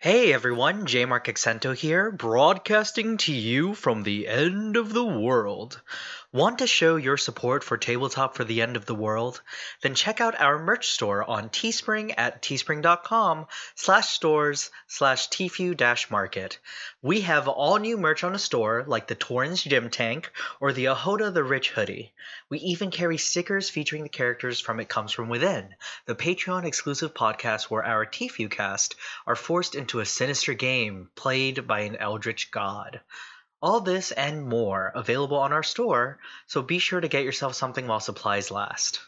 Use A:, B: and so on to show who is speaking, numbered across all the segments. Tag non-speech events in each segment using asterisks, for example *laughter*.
A: Hey everyone, J. Mark Accento here, broadcasting to you from the end of the world. Want to show your support for Tabletop for the End of the World? Then check out our merch store on Teespring at teespring.com slash stores slash tfue dash market. We have all new merch on the store like the Torrens Gym Tank or the Ahoda the Rich hoodie. We even carry stickers featuring the characters from It Comes From Within, the Patreon exclusive podcast where our tfue cast are forced into a sinister game played by an eldritch god. All this and more available on our store, so be sure to get yourself something while supplies last.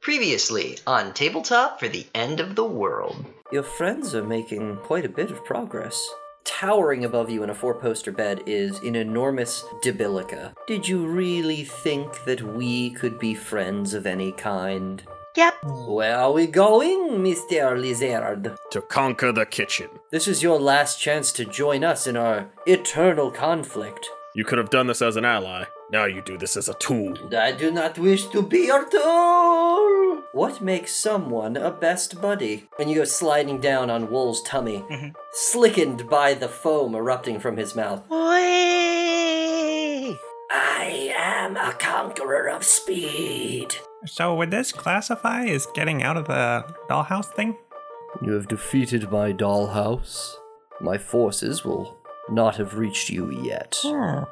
A: Previously on Tabletop for the End of the World.
B: Your friends are making quite a bit of progress. Towering above you in a four poster bed is an enormous debilica. Did you really think that we could be friends of any kind?
A: Yep.
B: Where are we going, Mr. Lizard?
C: to conquer the kitchen.
B: This is your last chance to join us in our eternal conflict.
C: You could have done this as an ally. Now you do this as a tool.
B: I do not wish to be your tool. What makes someone a best buddy? And you go sliding down on Wool's tummy, slickened by the foam erupting from his mouth. I am a conqueror of speed.
D: So would this classify as getting out of the dollhouse thing?
B: You have defeated my dollhouse. My forces will not have reached you yet.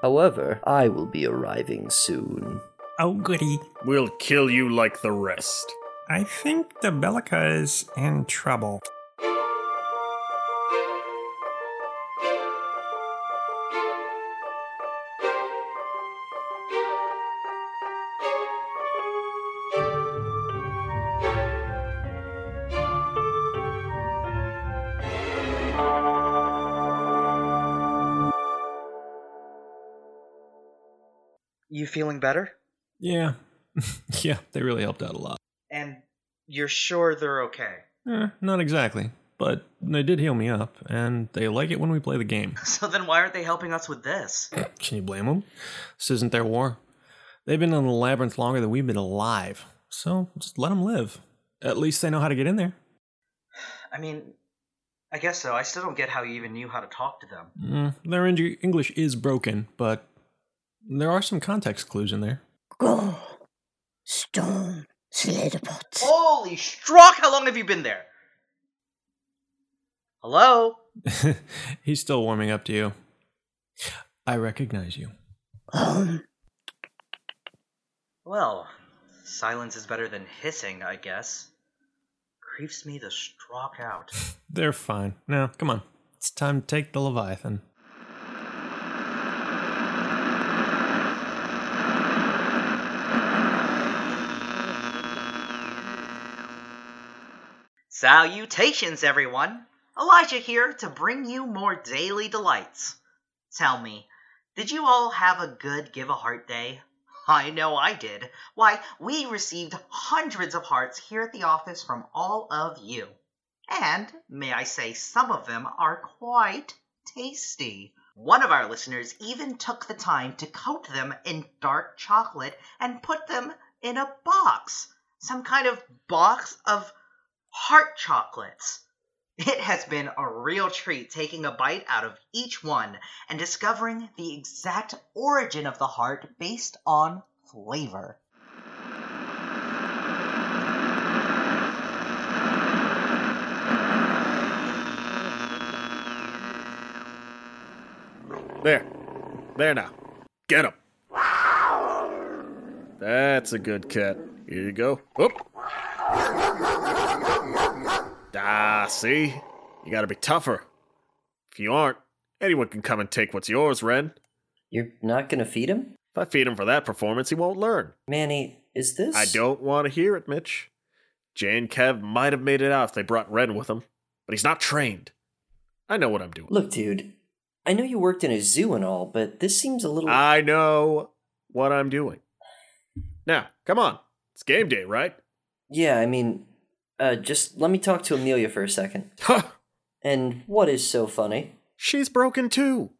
B: However, I will be arriving soon.
D: Oh goody.
C: We'll kill you like the rest.
D: I think the Bellica is in trouble.
A: You feeling better?
E: Yeah. *laughs* yeah, they really helped out a lot.
A: And you're sure they're okay? *laughs*
E: Eh, not exactly, but they did heal me up, and they like it when we play the game.
A: So then why aren't they helping us with this?
E: Can you blame them? This isn't their war. They've been in the labyrinth longer than we've been alive, so just let them live. At least they know how to get in there.
A: I mean, I guess so. I still don't get how you even knew how to talk to them.
E: Mm, their Eng- English is broken, but there are some context clues in there. *laughs*
F: Go. Storm. Sliderpots.
A: Holy struck! How long have you been there? Hello?
E: He's still warming up to you. I recognize you.
B: Oh,
F: Home.
A: Well, silence is better than hissing, I guess. Creeps me the straw out.
E: They're fine. Now, come on. It's time to take the Leviathan.
A: Salutations, everyone! Elijah here to bring you more daily delights. Tell me, did you all have a good Give a Heart Day? I know I did. Why, we received hundreds of hearts here at the office from all of you. And, may I say, some of them are quite tasty. One of our listeners even took the time to coat them in dark chocolate and put them in a box. Some kind of box of heart chocolates. It has been a real treat taking a bite out of each one and discovering the exact origin of the heart based on flavor.
C: There. There now. Get him. That's a good cat. Here you go. Oop. Ah, see? You gotta be tougher. If you aren't, anyone can come and take what's yours, Ren.
B: You're not gonna feed him?
C: If I feed him for that performance, he won't learn.
B: Manny, is this.
C: I don't want to hear it, Mitch. Jay and Kev might have made it out if they brought Ren with them, but he's not trained. I know what I'm doing.
B: Look, dude, I know you worked in a zoo and all, but this seems a little.
C: I know what I'm doing. Now, come on. It's game day, right?
B: yeah, I mean, uh, just let me talk to Amelia for a second.
C: Huh.
B: And what is so funny?
C: She's broken too.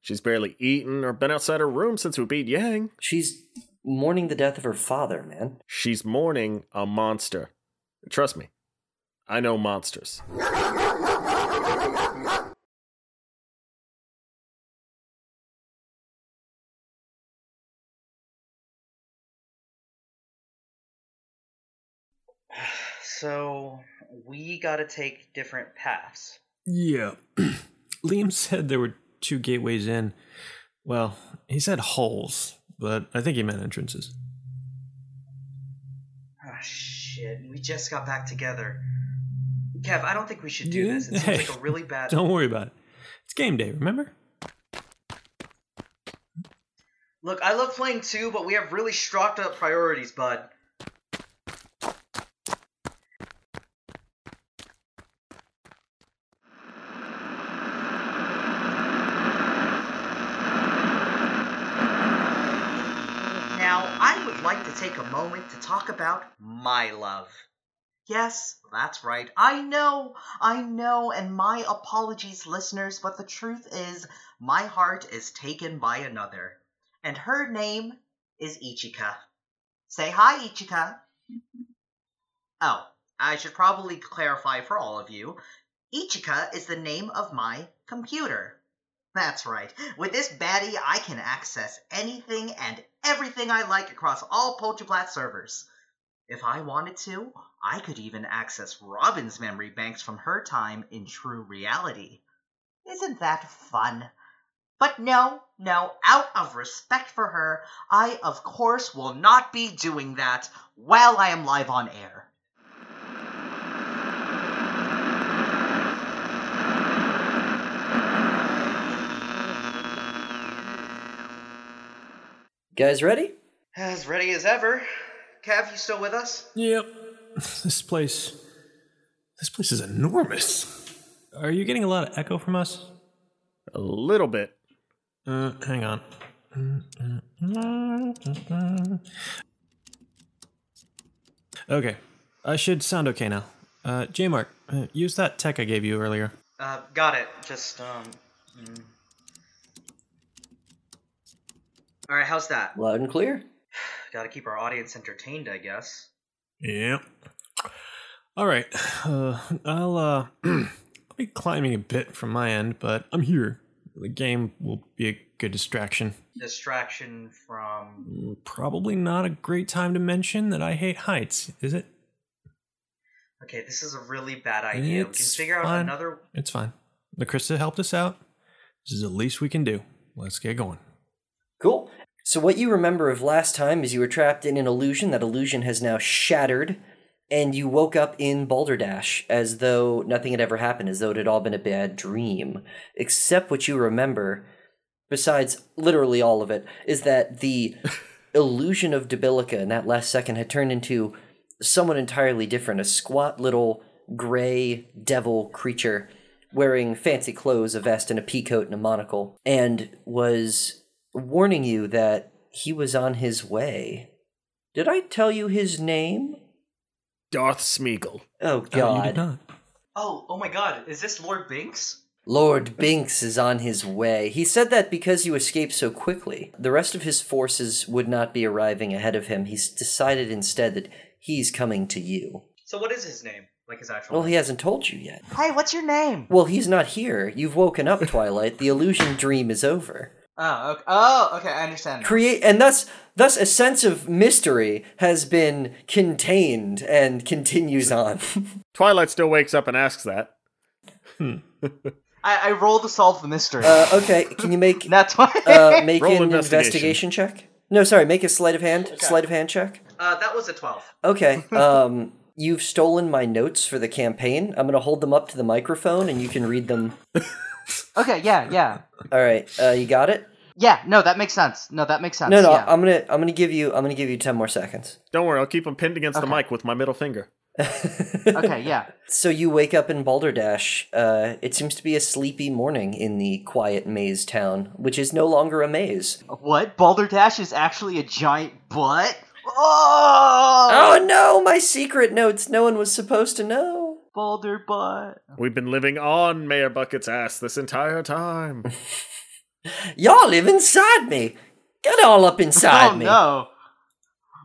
C: She's barely eaten or been outside her room since we beat Yang.
B: She's mourning the death of her father, man.
C: She's mourning a monster. Trust me, I know monsters.
A: So we gotta take different paths.
E: Yeah. *clears throat* Liam said there were two gateways in. Well, he said holes, but I think he meant entrances.
A: Ah, shit. We just got back together. Kev, I don't think we should do this. It seems like a really bad. *laughs*
E: *laughs* Don't worry about it. It's game day, remember?
A: Look, I love playing too, but we have really struck up priorities, bud. Now, I would like to take a moment to talk about my love. Yes, that's right. I know, I know, and my apologies, listeners, but the truth is, my heart is taken by another and her name is Ichika. Say hi, Ichika. Oh, I should probably clarify for all of you Ichika is the name of my computer. That's right. With this baddie, I can access anything and everything I like across all Polterblast servers. If I wanted to, I could even access Robin's memory banks from her time in True Reality. Isn't that fun? But no, no, out of respect for her, I of course will not be doing that while I am live on air.
B: Guys, ready?
A: As ready as ever. Cav, you still with us?
E: Yep. *laughs* This place. This place is enormous. Are you getting a lot of echo from us?
C: A little bit.
E: Uh, hang on. Okay. I should sound okay now. Uh, J Mark, uh, use that tech I gave you earlier.
A: Uh, got it. Just, um. mm. Alright, how's that?
B: Loud and clear.
A: Gotta keep our audience entertained, I guess.
E: Yep. All right. Uh, I'll uh, *clears throat* I'll be climbing a bit from my end, but I'm here. The game will be a good distraction.
A: Distraction from.
E: Probably not a great time to mention that I hate heights, is it?
A: Okay, this is a really bad idea. we can
E: It's
A: figure out
E: fine.
A: another.
E: It's fine. Lacrista helped us out. This is the least we can do. Let's get going.
B: Cool. So, what you remember of last time is you were trapped in an illusion. That illusion has now shattered, and you woke up in Balderdash as though nothing had ever happened, as though it had all been a bad dream. Except what you remember, besides literally all of it, is that the illusion of Debilica in that last second had turned into someone entirely different a squat little gray devil creature wearing fancy clothes, a vest, and a peacoat and a monocle, and was warning you that he was on his way. Did I tell you his name?
C: Darth Smeagol.
B: Oh,
E: Oh, you
B: God.
E: did not.
A: Oh, oh my god, is this Lord Binks?
B: Lord Binks is on his way. He said that because you escaped so quickly. The rest of his forces would not be arriving ahead of him. He's decided instead that he's coming to you.
A: So, what is his name? Like his actual
B: Well, he hasn't told you yet.
A: Hey, what's your name?
B: Well, he's not here. You've woken up, Twilight. The illusion dream is over.
A: Oh, okay. Oh, okay. I understand. now.
B: create and thus thus a sense of mystery has been contained and continues on
C: Twilight still wakes up and asks that.
A: I, I roll to solve the mystery.
B: uh, okay can you make
A: *laughs* That's why.
B: uh, make
C: Roll
B: an
C: investigation.
B: investigation. check no sorry make a sleight of hand sleight of hand check
A: Uh, that was a 12.
B: okay um you've stolen my notes for the campaign i'm gonna hold them up to the microphone and you can read them
A: Okay, yeah, yeah.
B: all right uh, you got it
A: Yeah, no, that makes sense. No, that makes sense.
B: no no
A: yeah.
B: i'm gonna i'm gonna give you i'm gonna give you 10 more seconds
C: Don't worry, I'll keep him pinned against the
A: Okay.
C: mic with my middle finger.
B: uh, *laughs*
A: okay, yeah.
B: So you wake up in Balderdash. Uh, it seems to be a sleepy morning in the quiet maze town, which is no longer a maze.
A: What? Balderdash is actually a giant butt? Oh!
B: Oh no, my secret notes no one was supposed to know.
A: Balder butt.
C: We've been living on Mayor Bucket's ass this
A: *laughs*
C: entire time.
B: Y'all live inside me. Get all up inside
A: *laughs* oh,
B: me.
A: no.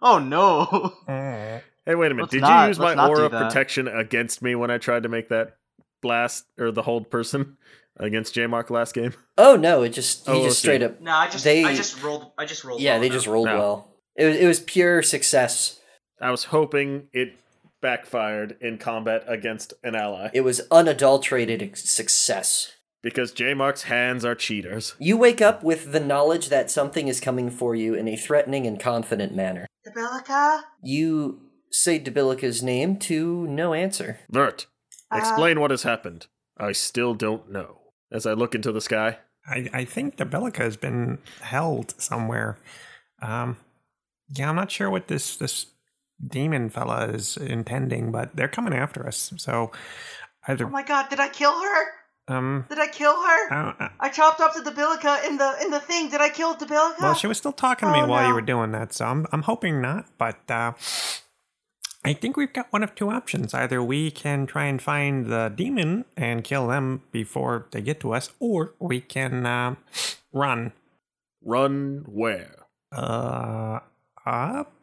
A: Oh, *laughs* no.
E: Mm.
C: Hey, wait a minute.
A: Let's
C: Did
A: not-
C: you use
A: let's
C: my
A: not do
C: aura of
A: that.
C: protection against me when I tried to make that blast or the hold person *laughs* against J Mark last game?
B: Oh no, it just he
C: Oh,
B: just
C: okay.
B: straight up
A: no, I just,
B: They-
A: I just rolled, I just rolled.
B: Yeah,
A: well
B: they
A: enough.
B: just rolled
C: No.
B: well. It was it was pure success.
C: I was hoping it backfired in combat against an ally
B: It was unadulterated ex- success.
C: because J Mark's hands are cheaters.
B: You wake up with the knowledge that something is coming for you in a threatening and confident manner.
A: Debilica?
B: You say Debilica's name to no answer.
C: Vert,
A: Uh,
C: explain what has happened. I still don't know. As I look into the sky,
D: I, I think Debelica has been held somewhere. Um, yeah, I'm not sure what this this demon fella is intending, but they're coming after us. So
A: Oh
D: either
A: my god, did I kill her?
D: um,
A: Did I kill her?
D: I don't-
A: I chopped up the Debilica in the in the thing. Did I kill Debilica?
D: Well, she was still talking to me
A: Oh,
D: while you
A: no.
D: were doing that, so I'm I'm hoping not. But uh, I think we've got one of two options: either we can try and find the demon and kill them before they get to us, or we can uh, run
C: run where?
D: uh, up.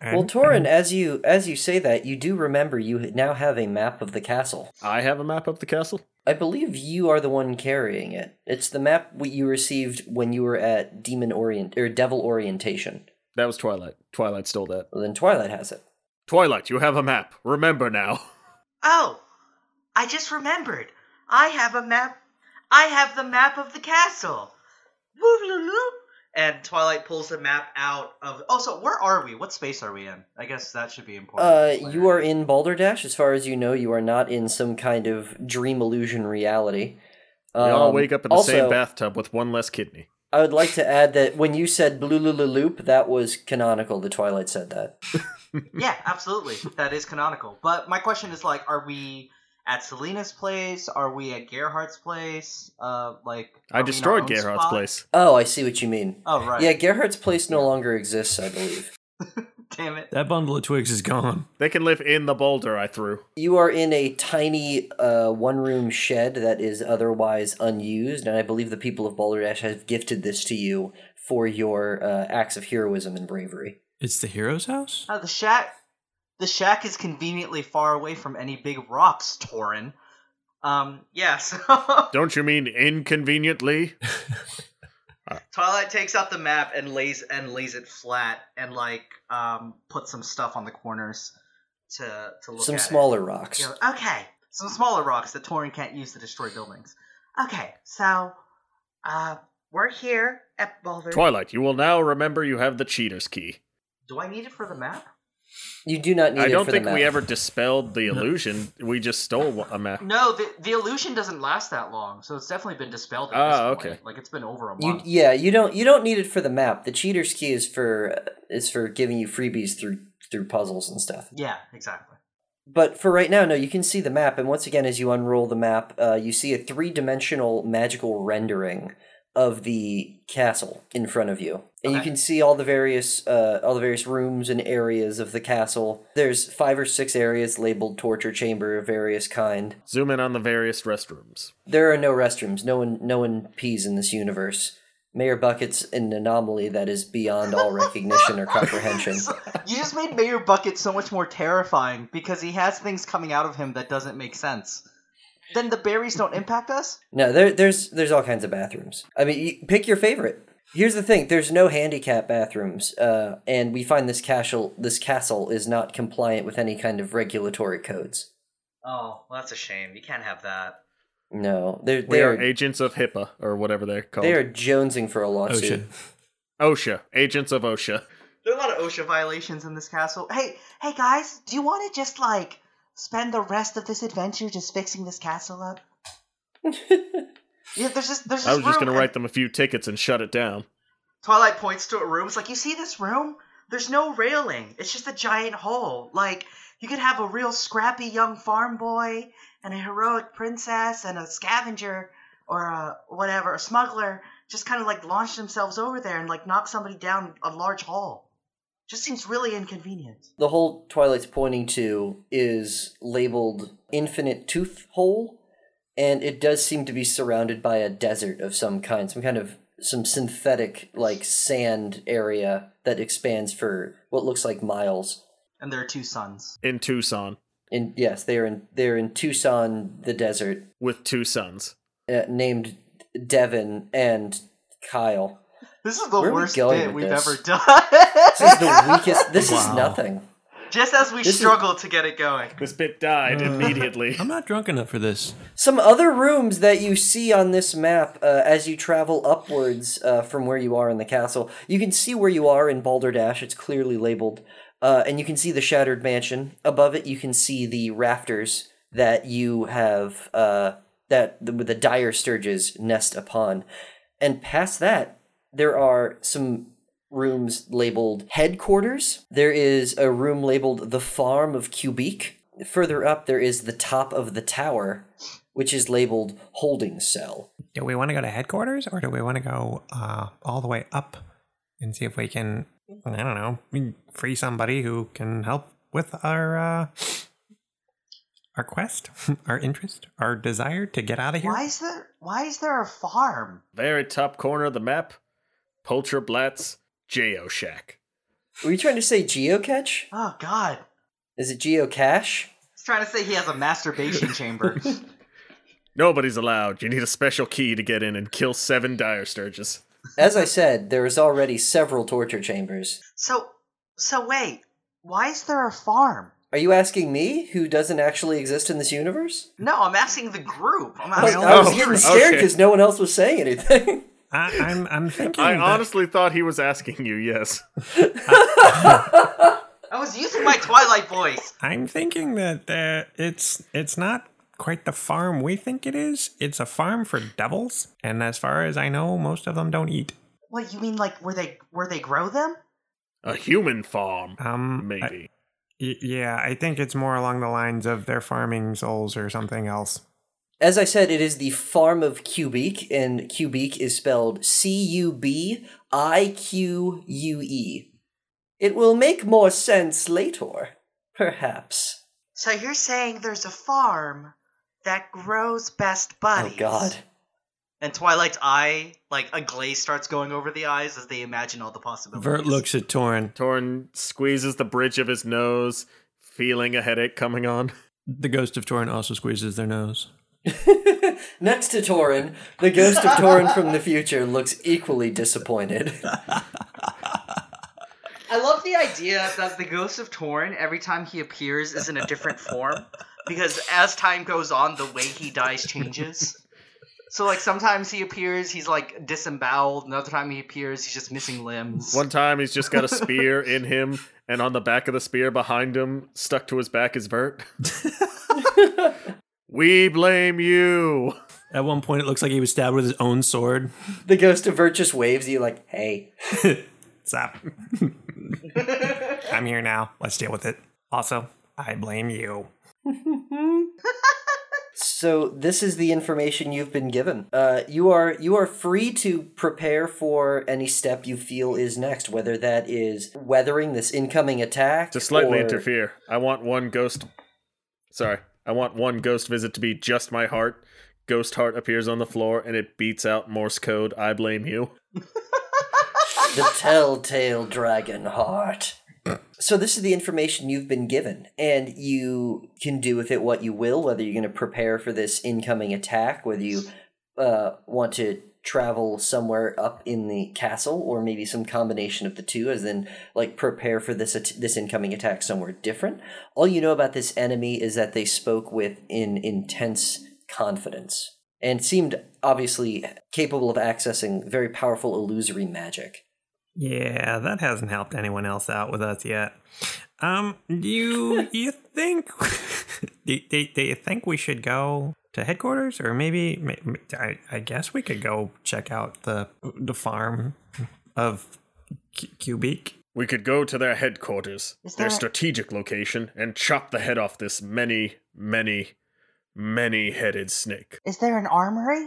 D: And,
B: Well, Torin, as you as you say that, you do remember you now have a map of the castle.
C: I have a map of the castle.
B: I believe you are the one carrying it. It's the map what you received when you were at demon orient or devil orientation.
C: That was Twilight. Twilight stole that.
B: Well, then Twilight has it.
C: Twilight, you have a map. Remember now. *laughs*
A: Oh, I just remembered. I have a map. I have the map of the castle. Woo-loo-loo. And Twilight pulls the map out of. Also, where are we? What space are we in? I guess that should be important.
B: Uh, you are
A: in.
B: in Balderdash, as far as you know. You are not in some kind of dream illusion reality.
C: we all
B: Um,
C: wake up in the same
B: also,
C: bathtub with one less kidney.
B: I would like to add that when you said "blulululup," that was canonical. The Twilight said that.
A: yeah, absolutely. That is canonical. But my question is like, are we at Selena's place? Are we at Gerhardt's place? Uh, like are we in
C: I
A: our
C: destroyed
A: own
C: Gerhardt's
A: spot?
C: place.
B: Oh, I see what you mean.
A: Oh right.
B: Yeah, Gerhardt's place no longer exists, I believe.
A: Damn it.
E: That bundle of twigs is gone.
C: They can live in the boulder I threw.
B: You are in a tiny uh, one room shed that is otherwise unused, and I believe the people of Balderdash have gifted this to you for your uh, acts of heroism and bravery.
E: It's the hero's house?
A: Uh, the shack. The shack is conveniently far away from any big rocks, Torin. Um. *laughs* Yes.
C: Don't you mean inconveniently?
A: Twilight takes out the map and lays and lays it flat and like um puts some stuff on the corners to to look
B: Some
A: at it.
B: smaller rocks.
A: You know, okay, some smaller rocks that Torin can't use to destroy buildings. Okay, so uh, we're here at Boulder.
C: Twilight, you will now remember you have the cheater's key.
A: Do I need it for the map?
B: You do not need
C: I
B: it
C: don't
B: for
C: think
B: the map.
C: we ever dispelled the illusion. We just stole a map.
A: No, the the illusion doesn't last that long, so it's definitely been dispelled. At
C: Ah,
A: this point.
C: okay.
A: Like it's been over a
B: You,
A: month.
B: yeah, you don't you don't need it for the map. The cheater's key is for is for giving you freebies through through puzzles and stuff.
A: yeah, exactly.
B: But for right now, no, you can see the map, and once again, as you unroll the map, uh, you see a three dimensional magical rendering of the castle in front of you, and you
A: Okay.
B: can see all the various uh, all the various rooms and areas of the castle. There's five or six areas labeled torture chamber of various kind.
C: Zoom in on the various restrooms.
B: There are no restrooms. No one no one pees in this universe. Mayor Bucket's an anomaly that is beyond all recognition or comprehension.
A: *laughs* you just made Mayor Bucket so much more terrifying because he has things coming out of him that doesn't make sense. Then the berries don't impact us.
B: No, there, there's there's all kinds of bathrooms. I mean, you, pick your favorite. Here's the thing: there's no handicap bathrooms, uh, and we find this castle this castle is not compliant with any kind of regulatory codes.
A: Oh, well, that's a shame. You can't have that.
B: No, they're
C: We are
B: they're
C: agents of HIPAA, or whatever they're called.
B: they are jonesing for a
E: Oh
B: lawsuit.
E: shit.
C: OSHA. Agents of OSHA.
A: There are a lot of OSHA violations in this castle. Hey, hey guys, do you want to just like spend the rest of this adventure just fixing this castle up? yeah, there's just there's. This
C: I was
A: room,
C: just going to
A: and
C: write them a few tickets and shut it down.
A: Twilight points to a room. It's like you see this room. There's no railing. It's just a giant hole. Like you could have a real scrappy young farm boy and a heroic princess and a scavenger or a whatever a smuggler just kind of like launch themselves over there and like knock somebody down a large hall. Just seems really inconvenient.
B: The hole Twilight's pointing to is labeled Infinite Tooth Hole, and it does seem to be surrounded by a desert of some kind, some kind of some synthetic like sand area that expands for what looks like miles.
A: and their two sons.
C: In Tucson.
B: And yes, they are in they're in Tucson, the desert,
C: With two sons.
B: uh, named Devin and Kyle.
A: This is the
B: Where are we
A: worst
B: going
A: bit
B: with
A: we've
B: this?
A: ever done. *laughs*
B: This is the weakest. This is nothing.
A: Just as we
B: This is-
A: struggle to get it going.
C: This
B: *sighs*
C: bit died immediately.
E: I'm not drunk enough for this.
B: Some other rooms that you see on this map uh, as you travel upwards uh, from where you are in the castle, you can see where you are in Balderdash. It's clearly labeled. Uh, and you can see the Shattered Mansion. Above it, you can see the rafters that you have, uh, that the, the dire sturges nest upon. And past that, there are some rooms labeled headquarters. There is a room labeled the farm of Cubique. Further up, there is the top of the tower, which is labeled holding cell.
D: Do we want to go to headquarters or do we want to go uh, all the way up and see if we can, I don't know, we free somebody who can help with our uh, our quest, *laughs* our interest, our desire to get out of here?
A: Why is there why is there a farm?
C: Very top corner of the map, Polterblatz J.O. Shack.
B: Were you trying to say geocache?
A: Oh god.
B: Is it geocache?
A: He's trying to say he has a masturbation
B: *laughs*
A: chamber.
C: Nobody's allowed. You need a special key to get in and kill seven dire sturges.
B: As I said, there is already several torture chambers.
A: So so wait, why is there a farm?
B: Are you asking me, who doesn't actually exist in this universe?
A: No, I'm asking the group. I'm
B: I was,
A: asking
B: I was
A: *laughs*
C: Oh,
B: getting scared
C: okay.
B: because no one else was saying anything. *laughs*
D: I, I'm, I'm thinking.
C: I
D: that-
C: honestly thought he was asking you, yes.
A: I was using my Twilight voice.
D: I'm thinking that uh, it's it's not quite the farm we think it is. It's a farm for devils, and as far as I know, most of them don't eat.
A: What you mean like where they where they grow them?
C: A human farm,
D: Um, I-
C: maybe.
D: y- yeah, I think it's more along the lines of they're farming souls or something else.
B: As I said, it is the farm of Cubique, and Cubique is spelled C U B I Q U E. It will make more sense later, perhaps.
A: So you're saying there's a farm that grows best
B: Oh
A: buddies.
B: god.
A: And Twilight's eye, like a glaze starts going over the eyes as they imagine all the possibilities.
E: Vert looks at Torn.
C: Torn squeezes the bridge of his nose, feeling a headache coming on.
E: The ghost of Torn also squeezes their *laughs* nose.
B: *laughs* Next to Torin, the ghost of Torin from the future looks equally
C: *laughs*
B: disappointed.
A: I love the idea that the ghost of Torn, every time he appears, is in a different form. Because as time goes on, the way he dies changes. So, like, sometimes he appears, he's, like, disemboweled. Another time he appears, he's just missing limbs.
C: One time he's just got a spear in him, and on the back of the spear behind him, stuck to his back, is Vert. we blame you.
E: At one point, it looks like he was stabbed with his own sword.
B: the ghost of Vert just waves at you like, hey.
D: What's up? I'm here now. Let's deal with it. Also, I blame you.
B: So this is the information you've been given. Uh, you are you are free to prepare for any step you feel is next, whether that is weathering this incoming attack
C: To slightly
B: or-
C: interfere, I want one ghost. Sorry, I want one ghost visit to be just my heart. Ghost heart appears on the floor and it beats out Morse code. I blame you.
B: the telltale dragon heart. So this is the information you've been given, and you can do with it what you will. Whether you're going to prepare for this incoming attack, whether you uh, want to travel somewhere up in the castle, or maybe some combination of the two, as in like prepare for this at- this incoming attack somewhere different. All you know about this enemy is that they spoke with in intense confidence and seemed obviously capable of accessing very powerful illusory magic.
D: Yeah, that hasn't helped anyone else out with us yet. Um, do you you think *laughs* do, do, do you think we should go to headquarters or maybe may- may- I, I guess we could go check out the the farm of Cu- Cubique.
C: We could go to their headquarters,
A: Is
C: their
A: there-
C: strategic location, and chop the head off this many, many, many headed snake.
A: Is there an armory?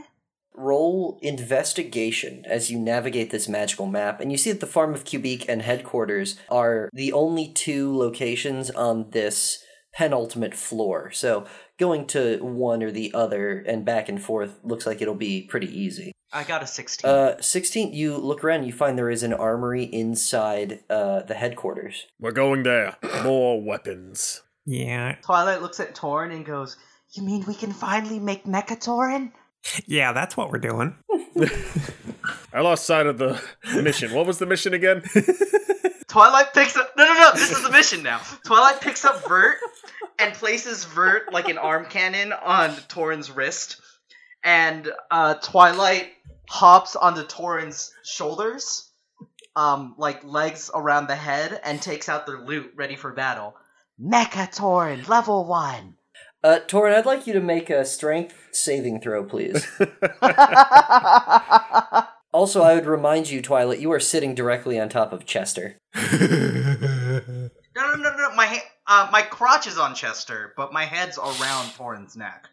B: Roll investigation as you navigate this magical map, and you see that the farm of Cubique and headquarters are the only two locations on this penultimate floor. So going to one or the other and back and forth looks like it'll be pretty easy.
A: I got a 16.
B: Uh, 16, you look around, you find there is an armory inside uh, the headquarters.
C: We're going there. More weapons.
D: Yeah,
A: Twilight looks at Torn and goes, You mean we can finally make Mechatorin?
D: yeah, that's what we're doing.
C: I lost sight of the mission. What was the mission again?
A: Twilight picks up. No, no, no. This is the mission now. Twilight picks up Vert and places Vert like an arm cannon on Torin's wrist, and uh, Twilight hops onto Torin's shoulders, um, like legs around the head, and takes out their loot, ready for battle. Mecha Torin, level one. *laughs*
B: Uh, Torin, I'd like you to make a strength saving throw, please. also, I would remind you, Twilight, you are sitting directly on top of Chester.
A: No, no, no, no. My ha- uh, my crotch is on Chester, but my head's around Torin's neck.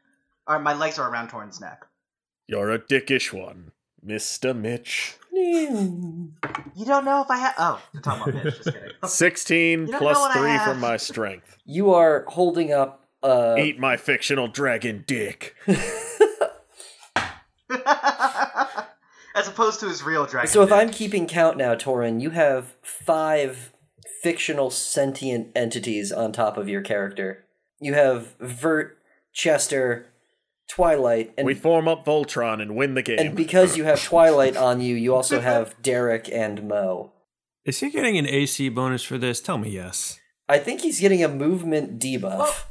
A: Or my legs are around Torin's neck.
C: You're a dickish one, Mr. Mitch.
A: You don't know if I have. Oh, the top of my head. Just
C: *laughs*
A: kidding. *laughs*
C: 16
A: You don't
C: plus
A: know what I
C: 3
A: have.
C: from my strength.
B: You are holding up. Uh,
C: Eat my fictional dragon dick.
A: As opposed to his real dragon.
B: so if
A: dick.
B: I'm keeping count now, Torin, you have five fictional sentient entities on top of your character. You have Vert, Chester, Twilight, and
C: we form up Voltron and win the game.
B: and because you have Twilight on you, you also have Derek and Mo.
E: Is he getting an AC bonus for this? Tell me yes.
B: I think he's getting a movement debuff.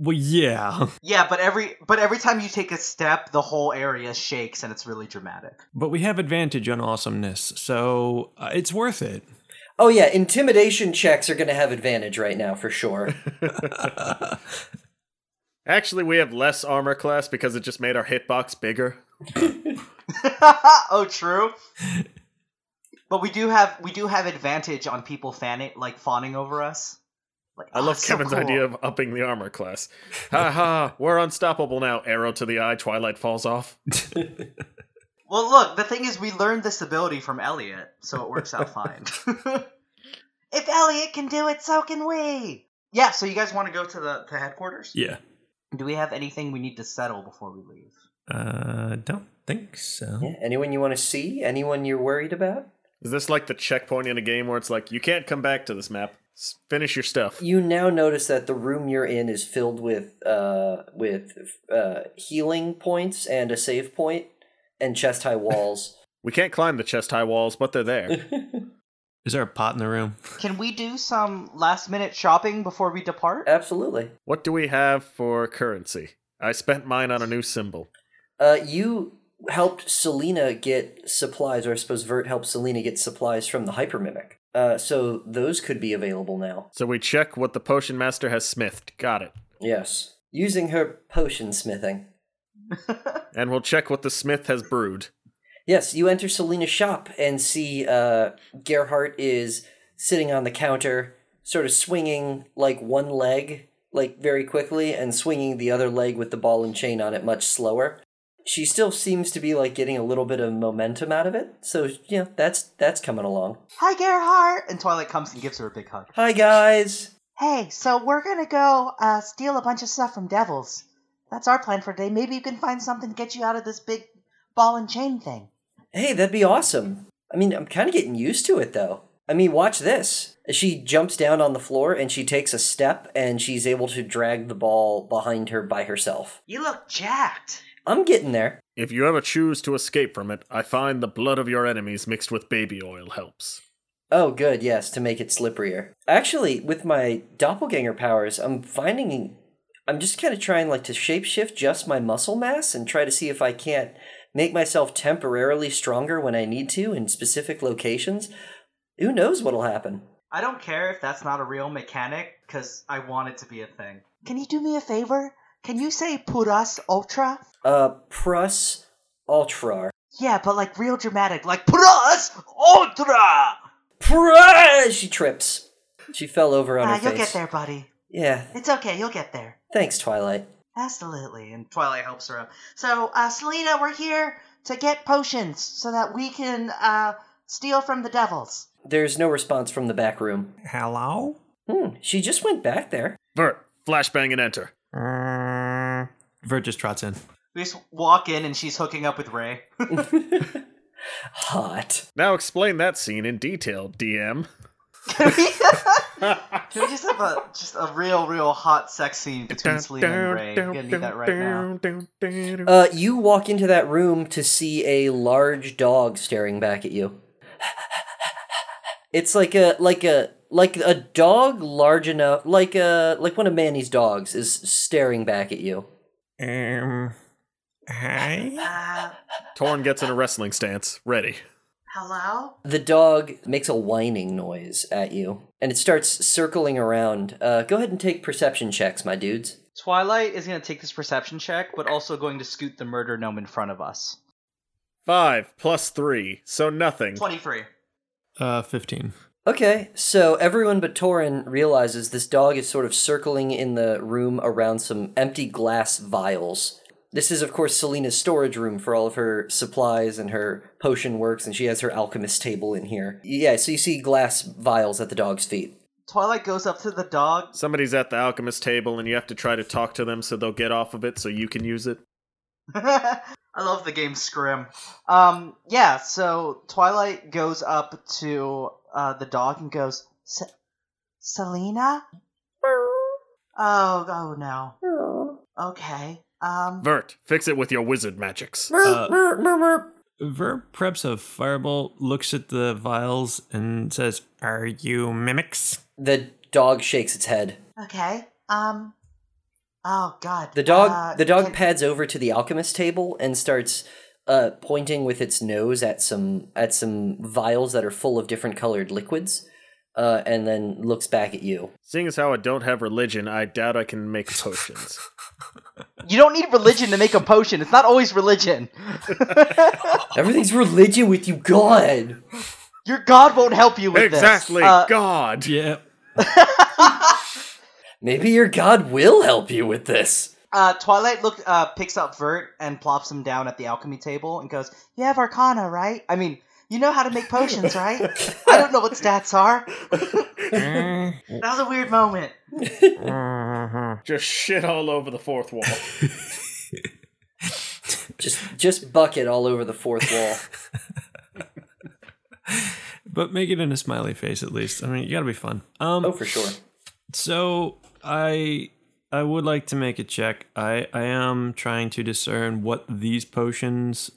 E: Well, yeah,
A: Yeah, but every but every time you take a step, the whole area shakes and it's really dramatic. *laughs*
E: but we have advantage on awesomeness, so uh, it's worth it.
B: Oh yeah, intimidation checks are going to have advantage right now for sure.
C: Actually, we have less armor class because it just made our hitbox bigger.
A: oh, true. But we do have we do have advantage on people fanning like fawning over us. Like
C: I
A: "Oh,
C: love
A: so
C: Kevin's
A: cool."
C: idea of upping the armor class. ha ha, *laughs* we're unstoppable now. Arrow to the eye, Twilight falls off.
A: Well, look, the thing is, we learned this ability from Elliot, so it works out
C: *laughs*
A: fine. *laughs* if Elliot can do it, so can we. Yeah. So you guys want to go to the to headquarters?
E: Yeah.
A: Do we have anything we need to settle before we leave?
E: Uh, don't think so.
B: Yeah, anyone you want to see? Anyone you're worried about?
C: Is this like the checkpoint in a game where it's like, you can't come back to this map? S- Finish your stuff.
B: You now notice that the room you're in is filled with uh with uh healing points and a save point and chest high walls. *laughs*
C: We can't climb the chest high walls, but they're there.
E: Is there a pot in the room?
A: Can we do some last minute shopping before we depart?
B: Absolutely.
C: what do we have for currency? I spent mine on a new symbol.
B: Uh, you helped Selena get supplies, or I suppose Vert helped Selena get supplies from the hypermimic. Uh, so those could be available now.
C: So we check what the potion master has smithed. Got it.
B: Yes, using her potion smithing.
C: And we'll check what the smith has brewed.
B: Yes, you enter Selena's shop and see uh, Gerhardt is sitting on the counter, sort of swinging like one leg, like very quickly, and swinging the other leg with the ball and chain on it much slower. She still seems to be like getting a little bit of momentum out of it, so yeah, that's that's coming along.
A: Hi, Gerhardt! And Twilight comes and gives her a big hug.
B: Hi guys.
A: Hey, so we're gonna go uh, steal a bunch of stuff from devils. That's our plan for today. Maybe you can find something to get you out of this big ball and chain thing.
B: Hey, that'd be awesome. I mean, I'm kind of getting used to it though. I mean, watch this. She jumps down on the floor and she takes a step and she's able to drag the ball behind her by herself.
A: You look jacked.
B: I'm getting there.
C: If you ever choose to escape from it, I find the blood of your enemies mixed with baby oil helps.
B: Oh, good, yes, to make it slipperier. Actually, with my doppelganger powers, I'm finding I'm just kind of trying like to shapeshift just my muscle mass and try to see if I can't make myself temporarily stronger when I need to in specific locations. Who knows what'll happen?
A: I don't care if that's not a real mechanic, because I want it to be a thing. Can you do me a favor? Can you say Puras Ultra?
B: Uh, Prus Ultrar.
A: Yeah, but like real dramatic, like Puras Ultra!
B: Prus! She trips. She fell over on
A: Ah,
B: her
A: you'll
B: face.
A: get there, buddy.
B: Yeah.
A: It's okay, you'll get there.
B: Thanks, Twilight.
A: Absolutely. And Twilight helps her up. So, uh, Selena, we're here to get potions so that we can uh, steal from the devils.
B: There's no response from the back room.
D: Hello?
B: Hmm, she just went back there.
C: Vert, flashbang and enter.
D: Mm,
E: Vert just trots in.
A: We just walk in and she's hooking up with Ray.
B: Hot.
C: Now explain that scene in detail, DM.
A: can, *laughs* we, can we just have a just a real, real hot sex scene between Selena and Ray? We're gonna need that right now.
B: Uh, you walk into that room to see a large dog staring back at you. It's like a like a like a dog large enough like a like one of Manny's dogs is staring back at you.
D: Um, hi.
A: Uh,
C: Torn gets in a wrestling stance, ready.
A: hello?
B: The dog makes a whining noise at you and it starts circling around. Uh, go ahead and take perception checks, my dudes.
A: Twilight is going to take this perception check, but also going to scoot the murder gnome in front of us.
C: Five plus three, so nothing.
A: 23.
E: Uh, 15.
B: Okay, so everyone but Torin realizes this dog is sort of circling in the room around some empty glass vials. This is, of course, Selena's storage room for all of her supplies and her potion works, and she has her alchemist table in here. Yeah, so you see glass vials at the dog's feet.
A: Twilight goes up to the dog.
C: Somebody's at the alchemist table, and you have to try to talk to them so they'll get off of it so you can use it.
A: *laughs* I love the game Scrim. Um, yeah, so Twilight goes up to uh, the dog and goes, "Se- Selena? Oh, oh no. Okay. Um,
C: Vert, fix it with your wizard magics.
E: Uh,
D: *laughs*
E: Verb preps a fireball, looks at the vials, and says,
D: Are you mimics?
B: The dog shakes its head.
A: okay. Um, oh god.
B: The dog,
A: Uh,
B: the dog
A: can-
B: pads over to the alchemist table and starts uh, pointing with its nose at some at some vials that are full of different colored liquids, uh, and then looks back at you.
C: Seeing as how I don't have religion, I doubt I can
A: *laughs*
C: make potions.
A: you don't need religion to make a potion. It's not always religion.
B: Everything's religion with you, God.
A: Your god won't help you with
C: exactly,
A: this. Uh,
C: God.
E: Yeah.
B: Maybe your God will help you with this.
A: Uh, Twilight look uh, picks up Vert and plops him down at the alchemy table and goes, "You have Arcana, right? I mean, you know how to make potions, right? I don't know what stats are.
D: Uh,
A: That was a weird moment.
D: mhm.
C: Just shit all over the fourth wall.
B: Just just bucket all over the fourth wall.
E: But make it in a smiley face at least. I mean, you gotta be fun. Um,
B: Oh, for sure.
E: So I I would like to make a check. I I am trying to discern what these potions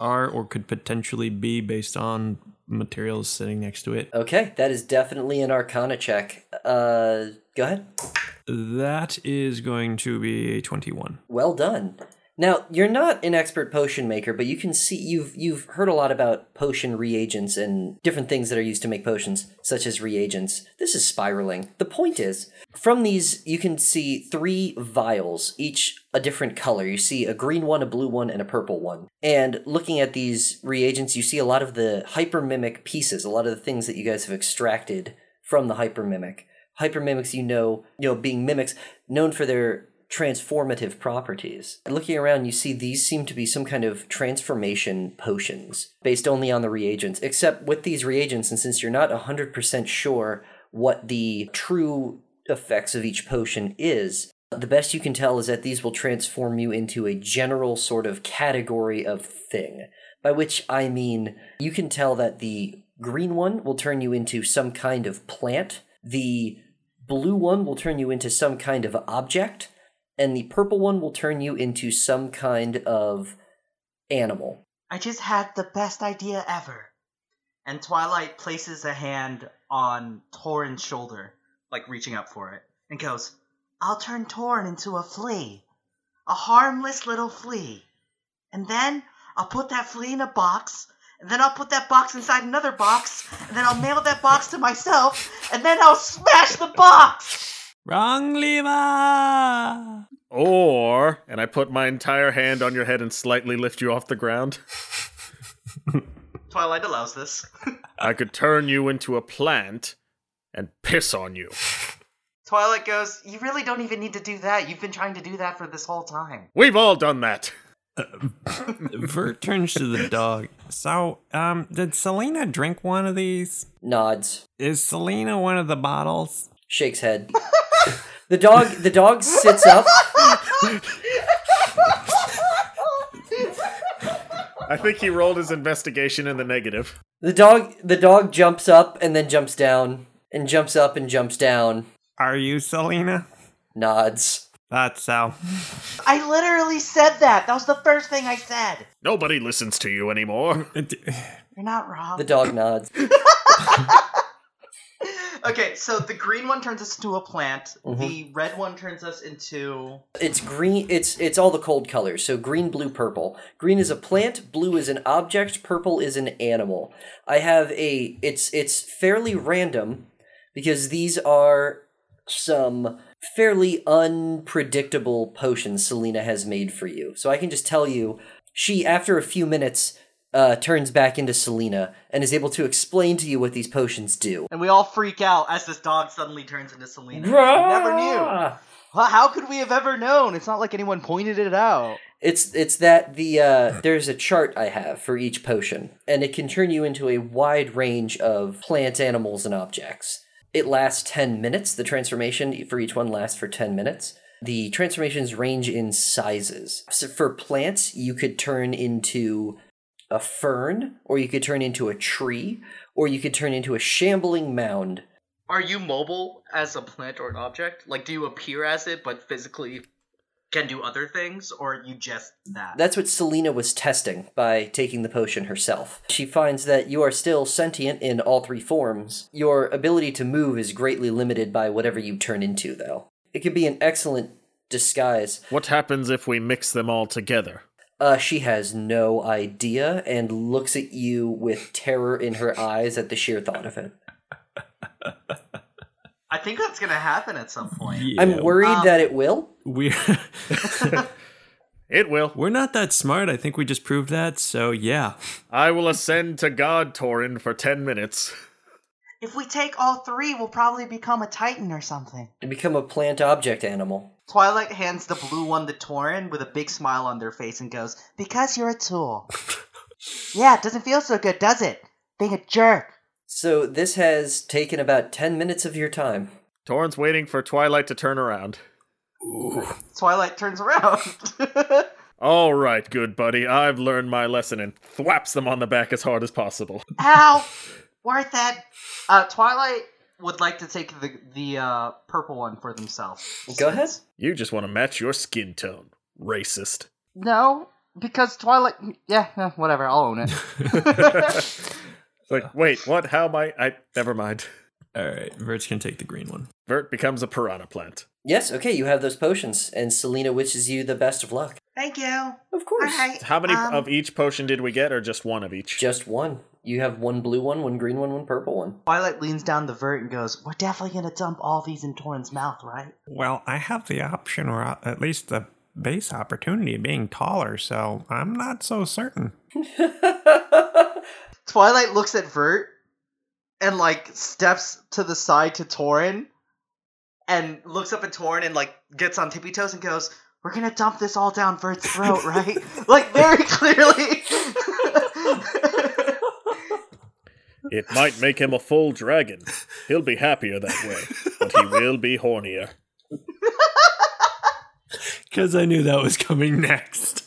E: are or could potentially be based on materials sitting next to it.
B: Okay, that is definitely an Arcana check. Uh, go ahead.
E: That is going to be a 21.
B: Well done. Now, you're not an expert potion maker, but you can see you've you've heard a lot about potion reagents and different things that are used to make potions, such as reagents. This is spiraling. The point is, from these you can see three vials, each a different color. You see a green one, a blue one, and a purple one. And looking at these reagents, you see a lot of the hypermimic pieces, a lot of the things that you guys have extracted from the hypermimic. Hypermimics, you know, you know, being mimics, known for their transformative properties. And looking around, you see these seem to be some kind of transformation potions based only on the reagents, except with these reagents, and since you're not 100% sure what the true effects of each potion is, the best you can tell is that these will transform you into a general sort of category of thing. By which I mean, you can tell that the green one will turn you into some kind of plant, the blue one will turn you into some kind of object, and the purple one will turn you into some kind of animal.
A: I just had the best idea ever." And Twilight places a hand on Torin's shoulder, like reaching up for it, and goes, "I'll turn Torin into a flea, a harmless little flea, and then I'll put that flea in a box." And then I'll put that box inside another box, and then I'll mail that box to myself, and then I'll smash the box!
E: Wrong lever!
C: Or, and I put my entire hand on your head and slightly lift you off the ground,
A: Twilight allows this.
C: I could turn you into a plant and piss on you.
A: Twilight goes, You really don't even need to do that. You've been trying to do that for this whole time.
C: We've all done that.
E: Vert turns to the dog.
D: So, um, did Selena drink one of these?
B: Nods,
D: Is Selena one of the bottles?
B: shakes head. the dog the dog sits up.
C: I think he rolled his investigation in the negative.
B: The dog the dog jumps up and then jumps down and jumps up and jumps down.
D: Are you Selena?
B: Nods.
D: That's so. *laughs*
A: I literally said that. That was the first thing I said.
C: Nobody listens to you anymore.
A: You're not wrong.
B: The dog nods.
A: okay, so the green one turns us into a plant.
B: Mhm.
A: The red one turns us into.
B: It's green. It's it's all the cold colors. So green, blue, purple. Green is a plant. Blue is an object. Purple is an animal. I have a. It's it's fairly random because these are some fairly unpredictable potions Selena has made for you. So I can just tell you, she after a few minutes uh, turns back into Selena and is able to explain to you what these potions do.
A: And we all freak out as this dog suddenly turns into Selena. We Never knew. Well, How could we have ever known? It's not like anyone pointed it out.
B: It's it's that the uh, there's a chart I have for each potion, and it can turn you into a wide range of plants, animals, and objects. It lasts ten minutes. The transformation for each one lasts for ten minutes. The transformations range in sizes. So for plants, you could turn into a fern, or you could turn into a tree, or you could turn into a shambling mound.
A: Are you mobile as a plant or an object? Like, do you appear as it but physically can do other things, or are you just that?
B: That's what Selena was testing by taking the potion herself. She finds that you are still sentient in all three forms. Your ability to move is greatly limited by whatever you turn into, though. It could be an excellent disguise.
C: What happens if we mix them all together?
B: Uh, she has no idea and looks at you with terror in her eyes at the sheer thought of it.
A: I think that's gonna happen at some point.
B: I'm worried
A: Um,
B: that it will.
E: we *laughs*
C: It will.
E: we're not that smart. I think we just proved that. So yeah,
C: I will ascend to God Torin for 10 minutes.
A: If we take all three, we'll probably become a titan or something.
B: To become a plant object animal.
A: Twilight hands the blue one the Torin with a big smile on their face and goes, Because you're a
C: *laughs*
A: tool. yeah, it doesn't feel so good, does it? Being a jerk.
B: So this has taken about 10 minutes of your time.
C: Torin's waiting for Twilight to turn around.
A: Twilight turns around. *laughs*
C: All right, good buddy. I've learned my lesson and thwaps them on the back as hard as possible.
A: Ow! Worth it. Uh, Twilight would like to take the, the uh, purple one for themselves.
B: Go ahead.
C: You just want to match your skin tone. Racist. *laughs*
A: No, because Twilight. Yeah, eh, whatever, I'll own
C: *laughs*
A: it.
C: It's like, wait, what? How am I? I never mind.
E: all right. Verts can take the green one.
C: Vert becomes a piranha plant.
B: Yes, okay, you have those potions, and Selena wishes you the best of luck.
A: Thank you.
B: Of course.
C: How many
A: Um,
C: of each potion did we get, or just one of each?
B: Just one. You have one blue one, one green one, one purple one.
A: *laughs* Twilight leans down the vert and goes, We're definitely going to dump all these in Torin's mouth, right?
D: Well, I have the option, or uh, at least the base opportunity of being taller, so I'm not so certain.
A: Twilight looks at Vert and, like, steps to the side to Torin and looks up at Torin and, like, gets on tippy toes and goes, We're going to dump this all down Vert's throat, right? like, very clearly. *laughs*
C: It might make him a full dragon. He'll be happier that way, but he will be hornier.
E: Because I knew that
D: *laughs*
E: was coming next.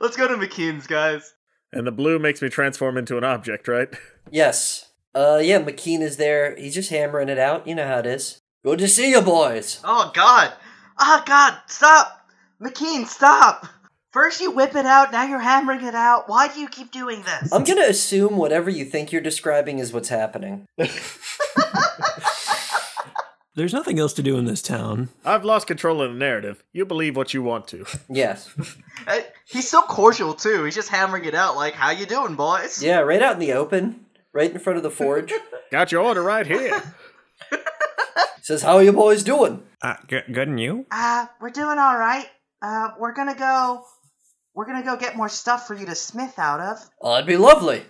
A: Let's go to McKean's, guys.
C: And the blue makes me transform into an object, right?
B: yes. Uh, yeah, McKean is there. He's just hammering it out. You know how it is. Good to see you, boys.
A: Oh God! Oh God! Stop, McKean! Stop! First you whip it out, now you're hammering it out. Why do you keep doing this?
B: I'm gonna assume whatever you think you're describing is what's happening.
E: There's nothing else to do in this town.
C: I've lost control of the narrative. You believe what you want to.
B: Yes.
A: Uh, He's so cordial too. He's just hammering it out. Like, how you doing, boys?
B: Yeah, right out in the open, right in front of the forge.
C: Got your order right here.
B: Says, how are you boys doing?
D: Uh, good, good and you?
A: Uh, we're doing all right. Uh, we're gonna go. We're gonna go get more stuff for you to smith out of.
B: Oh, it'd be lovely.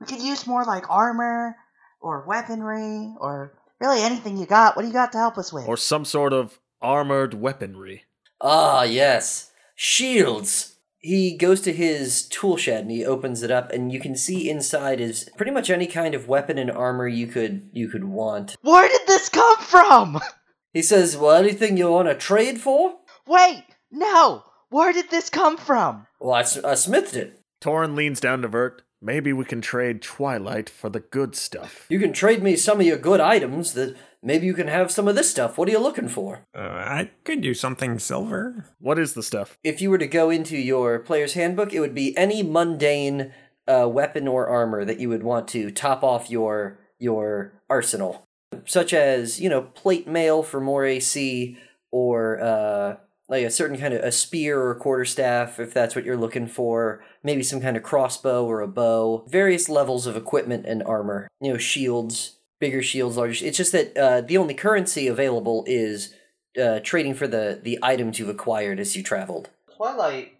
A: We could use more like armor or weaponry or really anything you got. What do you got to help us with?
C: Or some sort of armored weaponry.
B: Ah, yes. Shields. He goes to his tool shed and he opens it up and you can see inside is pretty much any kind of weapon and armor you could you could want.
A: Where did this come from? *laughs*
B: He says, "Well, anything you want to trade for?"
A: Wait, no. Where did this come from?
B: Well, I, s- I smithed it.
C: Torin leans down to Vert. Maybe we can trade Twilight for the good stuff.
B: You can trade me some of your good items that maybe you can have some of this stuff. What are you looking for?
D: Uh, I could do something silver.
C: What is the stuff?
B: If you were to go into your player's handbook, it would be any mundane uh, weapon or armor that you would want to top off your your arsenal, such as you know plate mail for more AC or uh, like a certain kind of a spear or quarterstaff if that's what you're looking for. Maybe some kind of crossbow or a bow. Various levels of equipment and armor. You know shields, bigger shields, larger. It's just that uh, the only currency available is uh, trading for the the items you've acquired as you traveled.
G: Twilight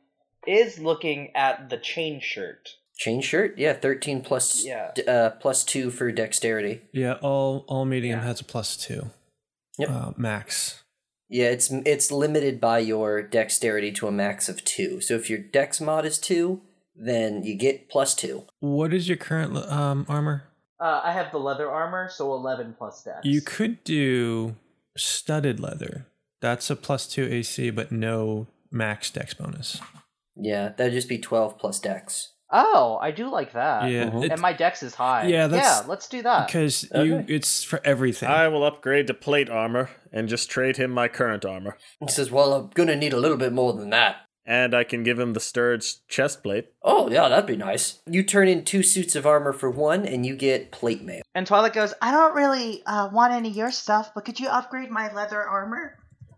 G: is looking at the chain shirt.
B: Chain shirt, yeah, thirteen plus
G: Yeah.
B: d- uh, plus two for dexterity.
E: Yeah, all all medium has a plus two.
B: Yep.
E: Uh, max.
B: Yeah, it's it's limited by your dexterity to a max of two. So if your dex mod is two, then you get plus two.
E: What is your current le- um, armor?
G: Uh, I have the leather armor, so eleven plus dex.
E: You could do studded leather. That's a plus two AC, but no max dex bonus.
B: Yeah, that'd just be twelve plus dex.
G: Oh, I do like that.
E: yeah,
B: mhm.
G: mm-hmm. And my dex is high.
E: Yeah, that's-
G: yeah. Let's do that.
E: because you
B: Okay.
E: it's for everything.
C: I will upgrade to plate armor and just trade him my current armor.
B: He says, "Well, I'm gonna need a little bit more than that."
C: And I can give him the Sturge chest plate.
B: Oh yeah, that'd be nice. You turn in two suits of armor for one, and you get plate mail.
A: And Twilight goes, I don't really uh, want any of your stuff, but could you upgrade my leather armor?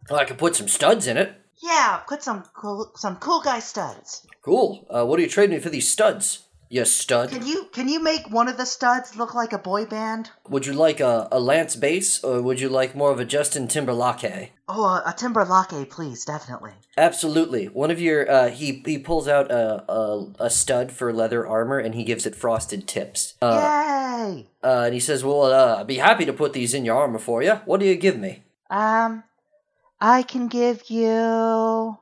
B: Well, I could put some studs in it.
A: Yeah, put some cool, some cool guy studs.
B: Cool. Uh, what are you trading me for these studs? You stud.
A: Can you can you make one of the studs look like a boy band?
B: Would you like a, a Lance bass, or would you like more of a Justin Timberlake?
A: Oh, a, a Timberlake, please, definitely.
B: Absolutely. One of your uh, he he pulls out a, a a stud for leather armor and he gives it frosted tips. Uh,
A: Yay!
B: uh, and he says, "Well, uh, I'd be happy to put these in your armor for you. What do you give me?"
A: Um, I can give you.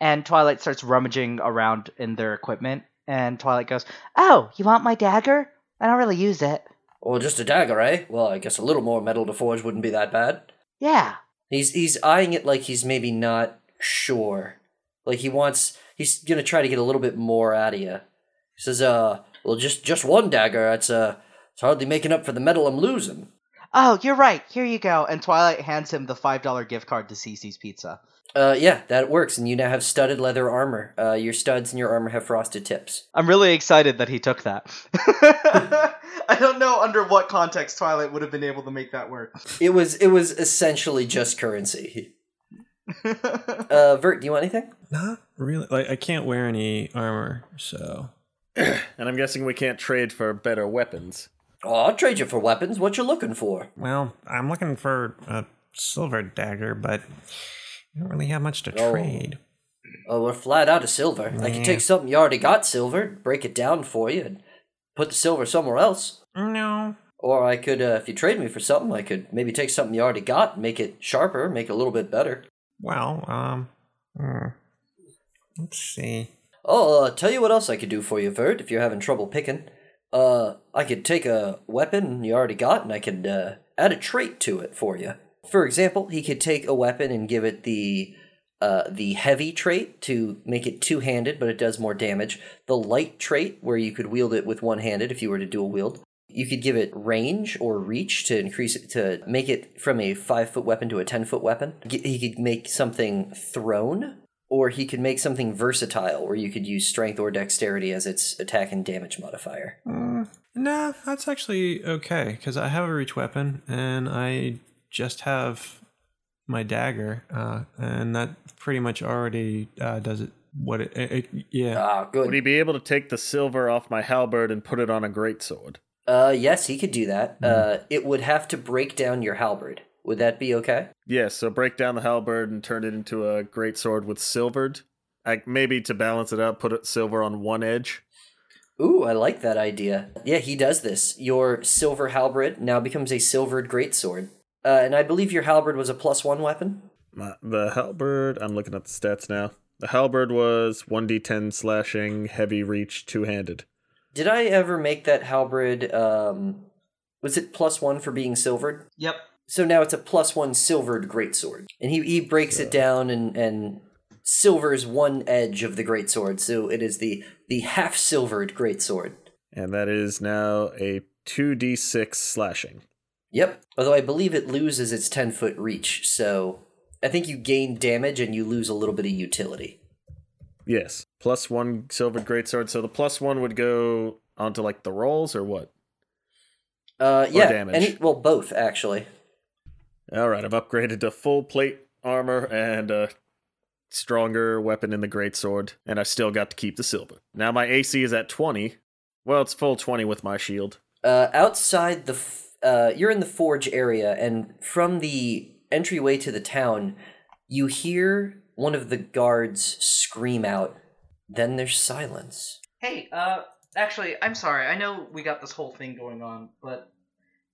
G: And Twilight starts rummaging around in their equipment, and Twilight goes,
A: Oh, you want my dagger? I don't really use it.
B: Well, just a dagger, eh? Well, I guess a little more metal to forge wouldn't be that bad.
A: Yeah.
B: He's he's eyeing it like he's maybe not sure. Like he wants he's gonna try to get a little bit more out of you. He says, "Uh, well, just just one dagger. It's uh, it's hardly making up for the metal I'm losing."
A: Oh, you're right.
G: "Here you go." And Twilight hands him the five dollar gift card to Cece's Pizza.
B: Uh, yeah, that works, and you now have studded leather armor. Uh, your studs and your armor have frosted tips.
G: I'm really excited that he took that.
A: *laughs* I don't know under what context Twilight would have been able to make that work.
B: It was it was essentially just currency. Uh, Vert, do you want anything?
E: Not really. Like I can't wear any armor, so
C: And I'm guessing we can't trade for better weapons.
B: Oh, I'll trade you for weapons. What you looking for?
D: Well, I'm looking for a silver dagger, but I don't really have much to
B: Oh.
D: trade.
B: Oh, we're flat out of silver. I can
D: Yeah.
B: take something you already got silver, break it down for you, and put the silver somewhere else.
D: No.
B: Or I could, uh, if you trade me for something, I could maybe take something you already got, and make it sharper, make it a little bit better.
D: Well, um, hmm. let's see.
B: Oh, uh, tell you what else I could do for you, Vert, if you're having trouble picking. Uh, I could take a weapon you already got and I could uh, add a trait to it for you. For example, he could take a weapon and give it the uh, the heavy trait to make it two handed, but it does more damage. The light trait, where you could wield it with one handed if you were to dual wield. You could give it range or reach to increase it to make it from a five foot weapon to a ten foot weapon. G- He could make something thrown or he could make something versatile where you could use strength or dexterity as its attack and damage modifier.
D: Hmm.
E: Mm, nah, that's actually okay because I have a reach weapon and I just have my dagger, uh, and that pretty much already uh, does it. What it, it, it- yeah.
B: Ah,
C: Would he
B: good.
C: be able to take the silver off my halberd and put it on a greatsword?
B: Uh, yes, he could do that. Uh, it would have to break down your halberd. Would that be okay?
C: Yes, so break down the halberd and turn it into a greatsword with silvered. I, maybe to balance it out, put it silver on one edge.
B: Ooh, I like that idea. Yeah, he does this. Your silver halberd now becomes a silvered greatsword. Uh, and I believe your halberd was a plus one weapon.
C: My, the halberd, I'm looking at the stats now. The halberd was 1d10 slashing, heavy reach, two handed.
B: Did I ever make that halberd? Um, was it plus one for being silvered?
A: Yep.
B: So now it's a plus one silvered greatsword. And he, he breaks it down and, and silvers one edge of the greatsword. So it is the, the half silvered greatsword.
C: And that is now a 2d6 slashing.
B: Yep. Although I believe it loses its 10 foot reach. So I think you gain damage and you lose a little bit of utility.
C: Yes. Plus one silver greatsword. So the plus one would go onto like the rolls or what?
B: Uh, yeah.
C: damage.
B: Any, well, both actually.
C: All right, I've upgraded to full plate armor and a stronger weapon in the greatsword, and I still got to keep the silver. Now my AC is at 20. Well, it's full 20 with my shield.
B: Uh, outside the, f- uh, you're in the forge area, and from the entryway to the town, you hear one of the guards scream out. Then there's silence.
A: Hey, uh, actually, I'm sorry. I know we got this whole thing going on, but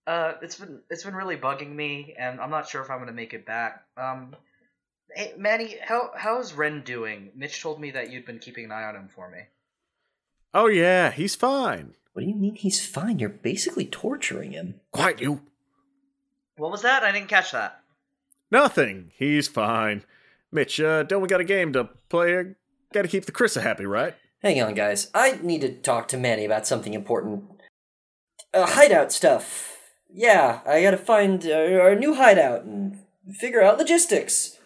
A: uh, it's been it's been really bugging me, and I'm not sure if I'm gonna make it back. Um, hey, Manny, how how's Ren doing? Mitch told me that you'd been keeping an eye on him for me.
C: Oh yeah, he's fine.
B: What do you mean he's fine? You're basically torturing him.
C: Quiet you.
A: What was that? I didn't catch that.
C: Nothing. He's fine. Mitch, uh, don't we got a game to play? Uh, Gotta keep the Chrisa happy, right?
B: Hang on, guys. I need to talk to Manny about something important. Uh, hideout stuff. Yeah, I gotta find uh, our new hideout and figure out logistics.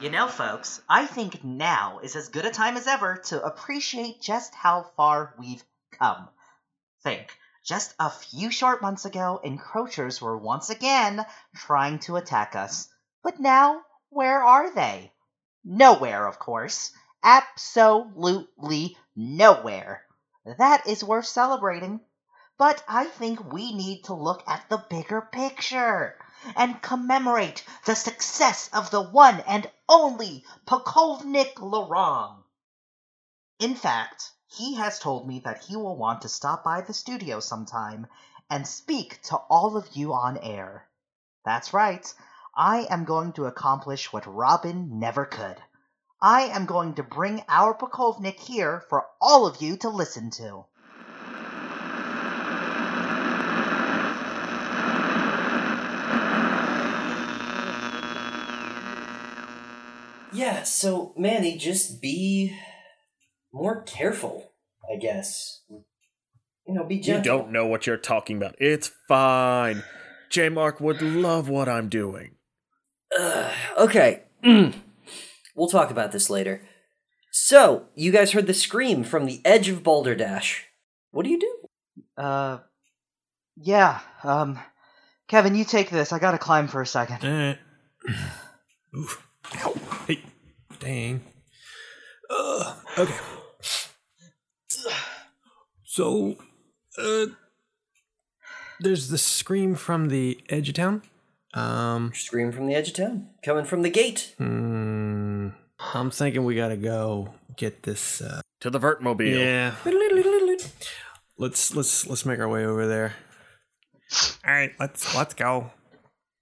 A: You know, folks, I think now is as good a time as ever to appreciate just how far we've come. Think, just a few short months ago, encroachers were once again trying to attack us. But now, where are they? Nowhere, of course. Absolutely nowhere. That is worth celebrating. But I think we need to look at the bigger picture and commemorate the success of the one and only Pokovnik Laurent. In fact, he has told me that he will want to stop by the studio sometime and speak to all of you on air. That's right, I am going to accomplish what Robin never could. I am going to bring our Pokovnik here for all of you to listen to.
B: Yeah, so Manny, just be more careful, I guess. You know, be
C: You
B: gentle.
C: don't know what you're talking about. It's fine. J Mark would love what I'm doing.
B: Ugh, okay. Mm. we'll talk about this later. So, you guys heard the scream from the edge of Balderdash. What do you do?
G: Uh, yeah. Um, Kevin, you take this. I gotta climb for a second.
E: Eh. Oof. Ow. Hey. Dang. Ugh. Okay. So, uh, there's the scream from the edge of town. Um,
B: Scream from the edge of town. Coming from the gate.
E: hmm, I'm thinking we gotta go get this. Uh,
C: To the Vertmobile.
E: yeah. Let's let's let's make our way over there.
D: All right, let's let's go.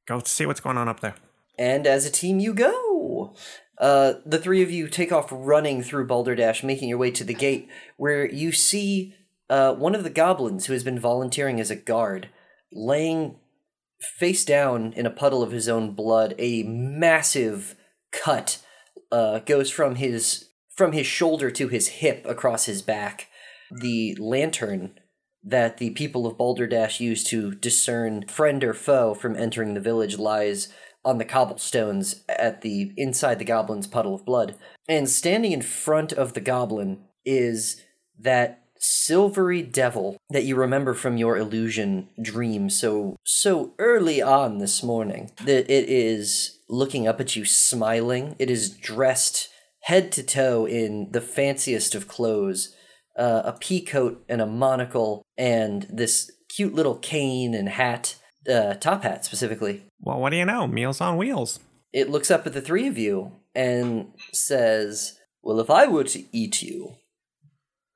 D: Go see what's going on up there.
B: And as a team, you go. Uh, the three of you take off running through Balderdash, making your way to the gate, where you see uh, one of the goblins who has been volunteering as a guard laying face down in a puddle of his own blood. A massive cut uh, goes from his from his shoulder to his hip across his back. The lantern that the people of Balderdash use to discern friend or foe from entering the village lies on the cobblestones at the inside the goblin's puddle of blood. And standing in front of the goblin is that silvery devil that you remember from your illusion dream so so early on this morning. That it is looking up at you smiling. It is dressed head to toe in the fanciest of clothes uh, a pea coat and a monocle and this cute little cane and hat, uh, top hat specifically.
D: Well, what do you know? Meals on wheels.
B: It looks up at the three of you and says, Well, if I were to eat you,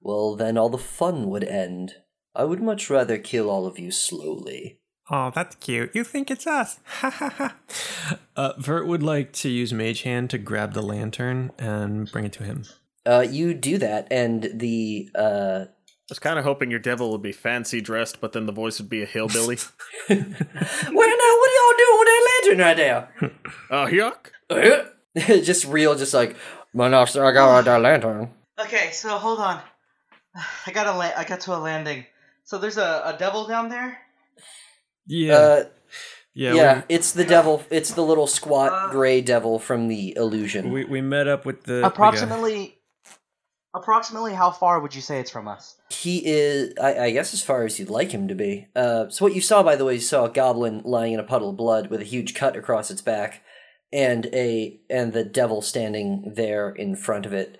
B: well, then all the fun would end. I would much rather kill all of you slowly.
D: Oh, that's cute. You think it's us? *laughs* Ha ha ha.
E: Uh, Vert would like to use Mage Hand to grab the lantern and bring it to him.
B: Uh, you do that, and the uh, *laughs*
C: I was kind of hoping your devil would be fancy dressed, but then the voice would be a hillbilly.
B: what now? What are y'all doing with that lantern right there?
C: uh,
B: *laughs*
C: yuck.
B: just real, just like my gosh, I got that lantern.
A: Okay, so hold on. *sighs* I got a la- I got to a landing. So there's a, a devil down there.
E: Yeah.
B: Uh, yeah,
E: yeah. yeah.
B: it's the devil. It's the little squat
A: Uh,
B: gray devil from the illusion.
E: We, we, we met up with the. the guy.
G: approximately, approximately, how far would you say it's from us?
B: He is, I, I guess, as far as you'd like him to be. Uh, so what you saw, by the way, you saw a goblin lying in a puddle of blood with a huge cut across its back, and a and the devil standing there in front of it.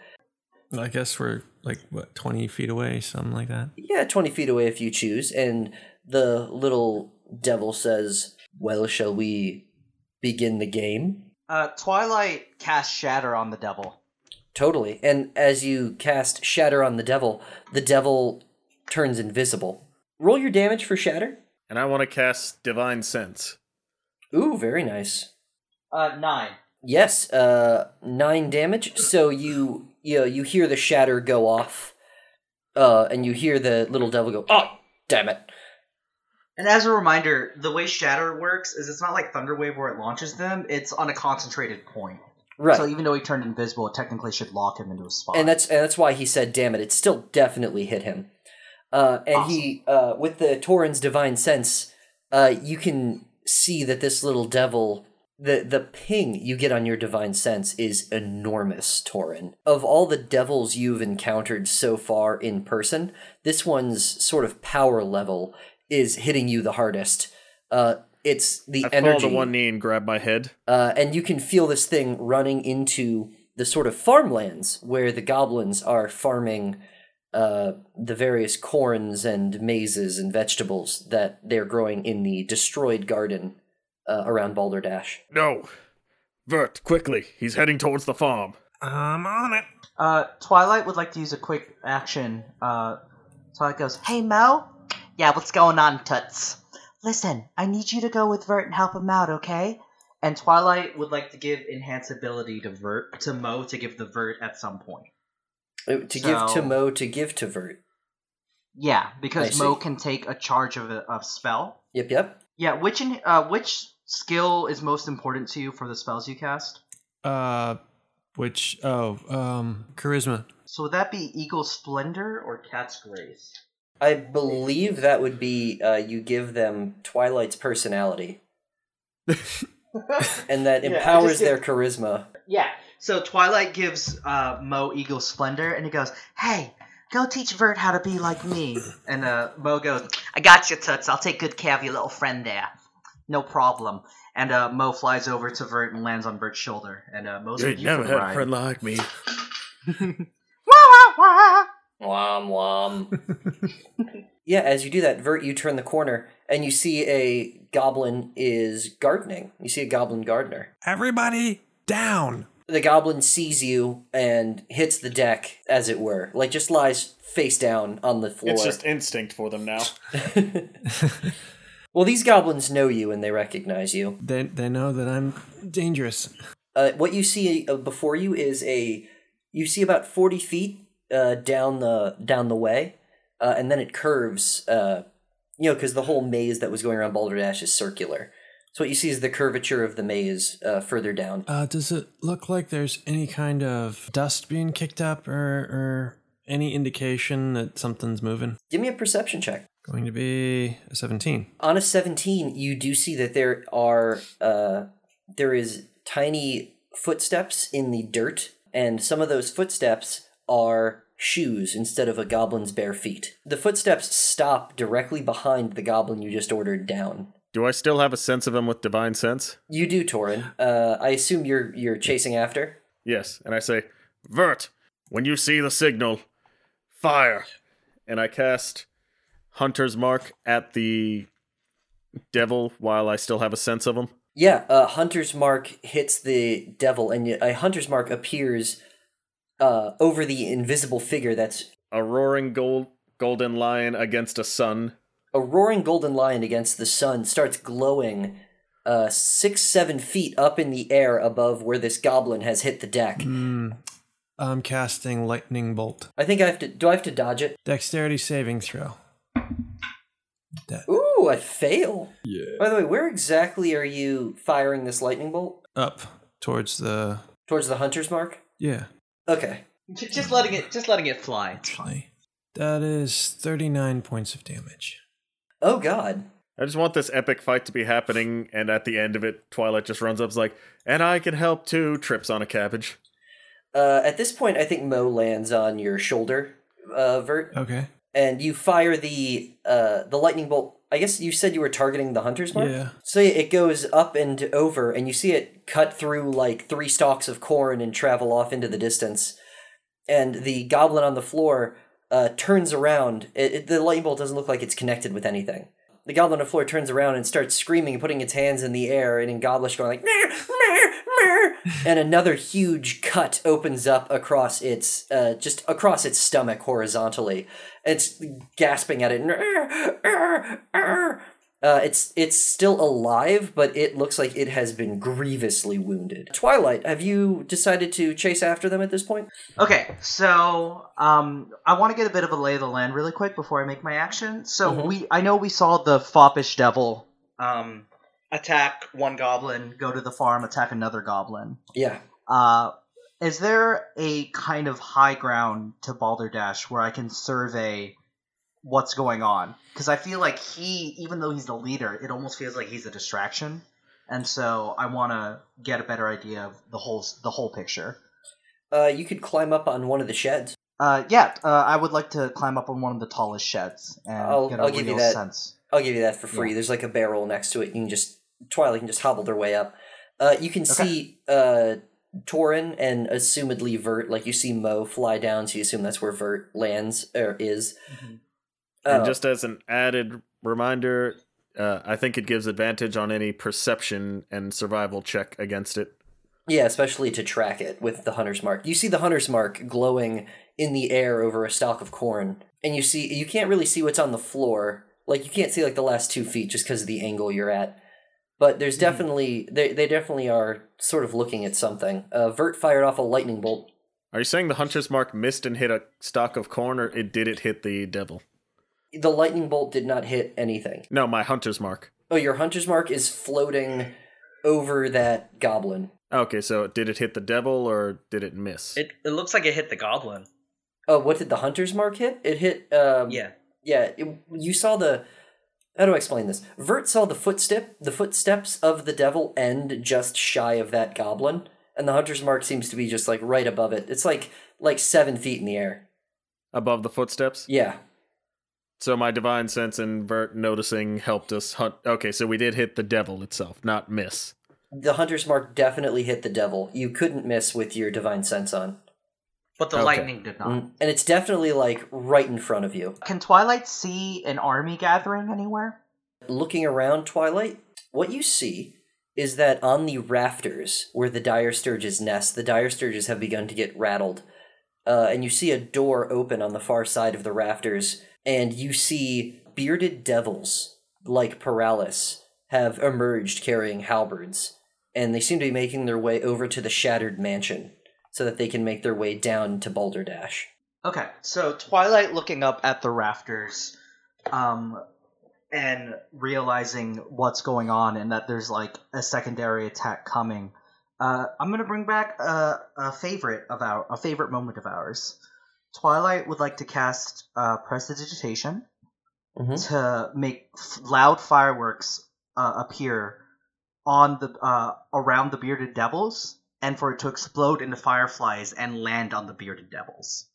E: I guess we're like, what, 20 feet away, something like that?
B: Yeah, twenty feet away if you choose. And the little devil says, "Well, shall we begin the game?"
G: Uh, Twilight casts Shatter on the devil.
B: Totally. And as you cast Shatter on the devil, the devil turns invisible. Roll your damage for Shatter.
C: And I want to cast Divine Sense.
B: Ooh, very nice.
G: Uh, nine.
B: Yes, uh, nine damage. So you you know, you hear the shatter go off, uh, and you hear the little devil go, "Oh, damn it!"
A: And as a reminder, the way Shatter works is it's not like Thunderwave where it launches them, it's on a concentrated point.
B: Right,
A: So even though he turned invisible, it technically should lock him into a spot.
B: and that's and that's why he said, "Damn it!" It still definitely hit him. Uh, and he, uh, with the Torin's divine sense, uh, you can see that this little devil, the the ping you get on your divine sense is enormous, Torin. Of all the devils you've encountered so far in person, this one's sort of power level is hitting you the hardest. Uh, it's the
C: I fall
B: energy
C: to one knee and grab my head.
B: uh, and you can feel this thing running into the sort of farmlands where the goblins are farming uh, the various corns and maises and vegetables that they're growing in the destroyed garden uh, around Balderdash.
C: No. Vert, quickly. He's heading towards the farm.
D: I'm on it.
G: Uh, Twilight would like to use a quick action. Uh, Twilight goes,
A: Hey Mo? Yeah, what's going on, Toots? Listen, I need you to go with Vert and help him out, okay?
G: and Twilight would like to give enhance ability to Vert to Mo to give the Vert at some point.
B: Uh, To give
G: So-
B: to Mo, to give to Vert.
G: Yeah,
B: I
G: because
B: see.
G: Mo can take a charge of a of spell.
B: Yep, yep.
G: Yeah, which in, uh, which skill is most important to you for the spells you cast?
E: Uh, which, oh, um, charisma.
G: So would that be Eagle Splendor or Cat's Grace?
B: I believe that would be uh, you give them Twilight's personality, and that
G: Yeah, I just
B: empowers
G: get-
B: their charisma.
G: Yeah.
A: So Twilight gives uh, Mo Eagle Splendor, and he goes, "Hey, go teach Vert how to be like me."
G: And uh,
A: Mo goes, "I got you, Toots. I'll take good care of your little friend there. No problem." And uh, Mo flies over to Vert and lands on Vert's shoulder. And uh, Mo's like,
C: You'd
A: "You for
C: never
A: the
C: had a
A: ride."
C: friend like me.
B: Wom wom. *laughs* yeah, as you do that, Vert, you turn the corner and you see a goblin is gardening. You see a goblin gardener.
D: Everybody down.
B: The goblin sees you and hits the deck, as it were. Like just lies face down on the floor.
C: It's just instinct for them now.
B: well, these goblins know you and they recognize you.
E: They, they know that I'm dangerous.
B: Uh, what you see uh, before you is a you see about forty feet uh, down the down the way, uh, and then it curves. Uh, you know, because the whole maze that was going around Balderdash is circular. So what you see is the curvature of the maze uh, further down.
E: Uh, does it look like there's any kind of dust being kicked up or, or any indication that something's moving?
B: Give me a perception check.
E: Going to be a 17.
B: On a seventeen, you do see that there are uh, there is tiny footsteps in the dirt, and some of those footsteps are shoes instead of a goblin's bare feet. The footsteps stop directly behind the goblin you just ordered down.
C: Do I still have a sense of him with Divine Sense?
B: You do, Torin. Uh, I assume you're you're chasing after.
C: Yes. And I say, Vert, when you see the signal, fire. And I cast Hunter's Mark at the devil while I still have a sense of him.
B: Yeah, uh, Hunter's Mark hits the devil, and y- a Hunter's Mark appears uh, over the invisible figure that's
C: A roaring gold, golden lion against a sun.
B: a roaring golden lion against the sun starts glowing uh, six seven feet up in the air above where this goblin has hit the deck.
E: Hmm. I'm casting Lightning Bolt.
B: I think I have to. Do I have to dodge it?
E: Dexterity saving throw.
B: Ooh, I fail. Yeah. By the way, where exactly are you firing this lightning bolt?
E: Up towards the.
B: Towards the Hunter's Mark.
E: Yeah,
B: Okay.
G: J- just letting it just letting it fly.
E: actually. That is 39 points of damage.
B: Oh God.
C: I just want this epic fight to be happening, and at the end of it, Twilight just runs up, is like, and I can help too, trips on a cabbage.
B: Uh, at this point, I think Mo lands on your shoulder, uh, Vert,
E: Okay.
B: and you fire the uh, the lightning bolt. I guess you said you were targeting the hunter's mark.
E: Yeah.
B: So yeah, it goes up and over, and you see it cut through like three stalks of corn and travel off into the distance. And the goblin on the floor uh, turns around. It, it, the lightning bolt doesn't look like it's connected with anything. The goblin on the floor turns around and starts screaming and putting its hands in the air and in goblish going like, "Mer, mer, mer," and another huge cut opens up across its uh, just across its stomach horizontally. It's gasping at it. "Mer, mer, mer." Uh, it's it's still alive, but it looks like it has been grievously wounded. Twilight, have you decided to chase after them at this point?
A: Okay, so um, I want to get a bit of a lay of the land really quick before I make my action. So
B: Mhm.
A: we, I know we saw the foppish devil um, attack one goblin, go to the farm, attack another goblin.
B: Yeah.
A: Uh, is there a kind of high ground to Balderdash where I can survey what's going on? Because I feel like he, even though he's the leader, it almost feels like he's a distraction, and so I want to get a better idea of the whole the whole picture.
B: Uh, you could climb up on one of the sheds.
A: Uh, yeah, uh, I would like to climb up on one of the tallest sheds and
B: I'll-
A: get a
B: I'll
A: real
B: give you that.
A: sense.
B: I'll give you that for free. There's like a barrel next to it. You can just Twilight can just hobble their way up. Uh, you can see uh, Torin and assumedly Vert. Like you see Mo fly down, so you assume that's where Vert lands or is.
H: Mm-hmm.
C: And
B: Uh,
C: just as an added reminder, uh, I think it gives advantage on any perception and survival check against it.
B: Yeah, especially to track it with the hunter's mark. You see the hunter's mark glowing in the air over a stalk of corn, and you see you can't really see what's on the floor. Like you can't see like the last two feet just because of the angle you're at. But there's definitely they they definitely are sort of looking at something. Uh, Vert fired off a lightning bolt.
C: Are you saying the hunter's mark missed and hit a stalk of corn, or it did it hit the devil?
B: The lightning bolt did not hit anything.
C: No, my hunter's mark.
B: Oh, your hunter's mark is floating over that goblin.
C: Okay, so did it hit the devil or did it miss?
H: It, it looks like it hit the goblin.
B: Oh, what did the hunter's mark hit? It hit. Um,
H: Yeah.
B: yeah it- you saw the how do i explain this vert saw the footstep the footsteps of the devil end just shy of that goblin and the hunter's mark seems to be just like right above it it's like like seven feet in the air
C: Above the footsteps?
B: yeah
C: So my divine sense and Vert noticing helped us hunt. Okay, so we did hit the devil itself, not miss.
B: the hunter's mark definitely hit the devil you couldn't miss with your divine sense on
H: But the
C: Okay.
H: lightning did not.
B: and it's definitely like right in front of you
A: Can Twilight see an army gathering anywhere?
B: looking around twilight what you see is that on the rafters where the dire sturges nest the dire sturges have begun to get rattled uh, and you see a door open on the far side of the rafters and you see bearded devils like Paralis have emerged carrying halberds and they seem to be making their way over to the shattered mansion so that they can make their way down to balderdash
A: Okay, so Twilight looking up at the rafters, um, and realizing what's going on and that there's like a secondary attack coming. Uh, I'm gonna bring back a, a favorite of our a favorite moment of ours. Twilight would like to cast uh, prestidigitation
B: Mhm.
A: to make f- loud fireworks uh, appear on the uh, around the bearded devils, and for it to explode into fireflies and land on the bearded devils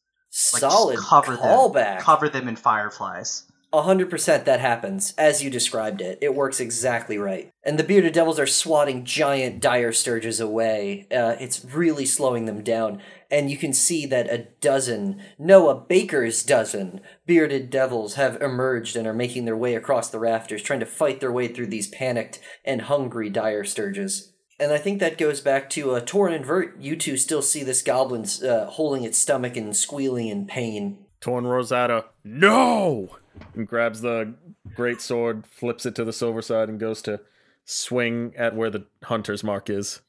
A: like, just
B: solid
A: cover them.
B: callback
A: cover them in fireflies.
B: A hundred percent that happens, as you described it. It works exactly right. And the bearded devils are swatting giant dire sturges away. Uh, it's really slowing them down. And you can see that a dozen, no, a baker's dozen, bearded devils have emerged and are making their way across the rafters, trying to fight their way through these panicked and hungry dire sturges. And I think that goes back to uh, Torin and Vert. You two still see this goblin's uh, holding its stomach and squealing in pain.
C: Torn Rosada, no! And grabs the great sword, flips it to the silver side, and goes to swing at where the hunter's mark is.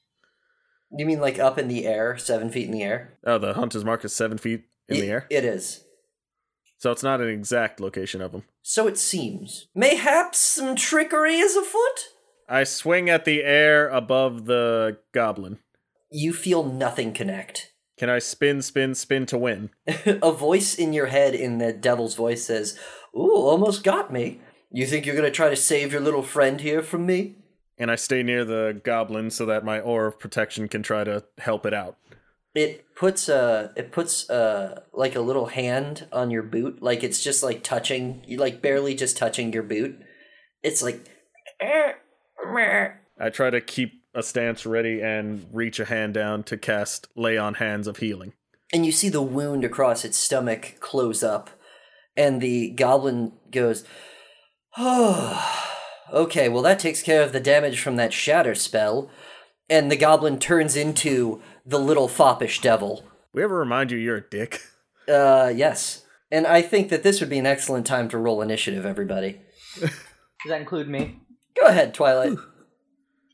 B: You mean like up in the air, seven feet in the air?
C: Oh, the hunter's mark is seven feet in
B: Y-
C: the air,
B: It is.
C: so it's not an exact location of him.
B: So it seems. Mayhaps some trickery is afoot?
C: I swing at the air above the goblin.
B: You feel nothing connect. *laughs*
C: Can I spin, spin, spin to win?
B: A voice in your head in the devil's voice says, Ooh, almost got me. You think you're gonna try to save your little friend here from me?
C: And I stay near the goblin so that my aura of protection can try to help it out.
B: It puts a it puts a like a little hand on your boot, like it's just like touching, you like barely just touching your boot. It's like
C: I try to keep a stance ready and reach a hand down to cast Lay on Hands of Healing.
B: and you see the wound across its stomach close up and the goblin goes oh okay well that takes care of the damage from that shatter spell and the goblin turns into the little foppish devil
C: We ever remind you you're a dick?
B: uh yes and i think that this would be an excellent time to roll initiative everybody
A: Does that include me?
B: go ahead twilight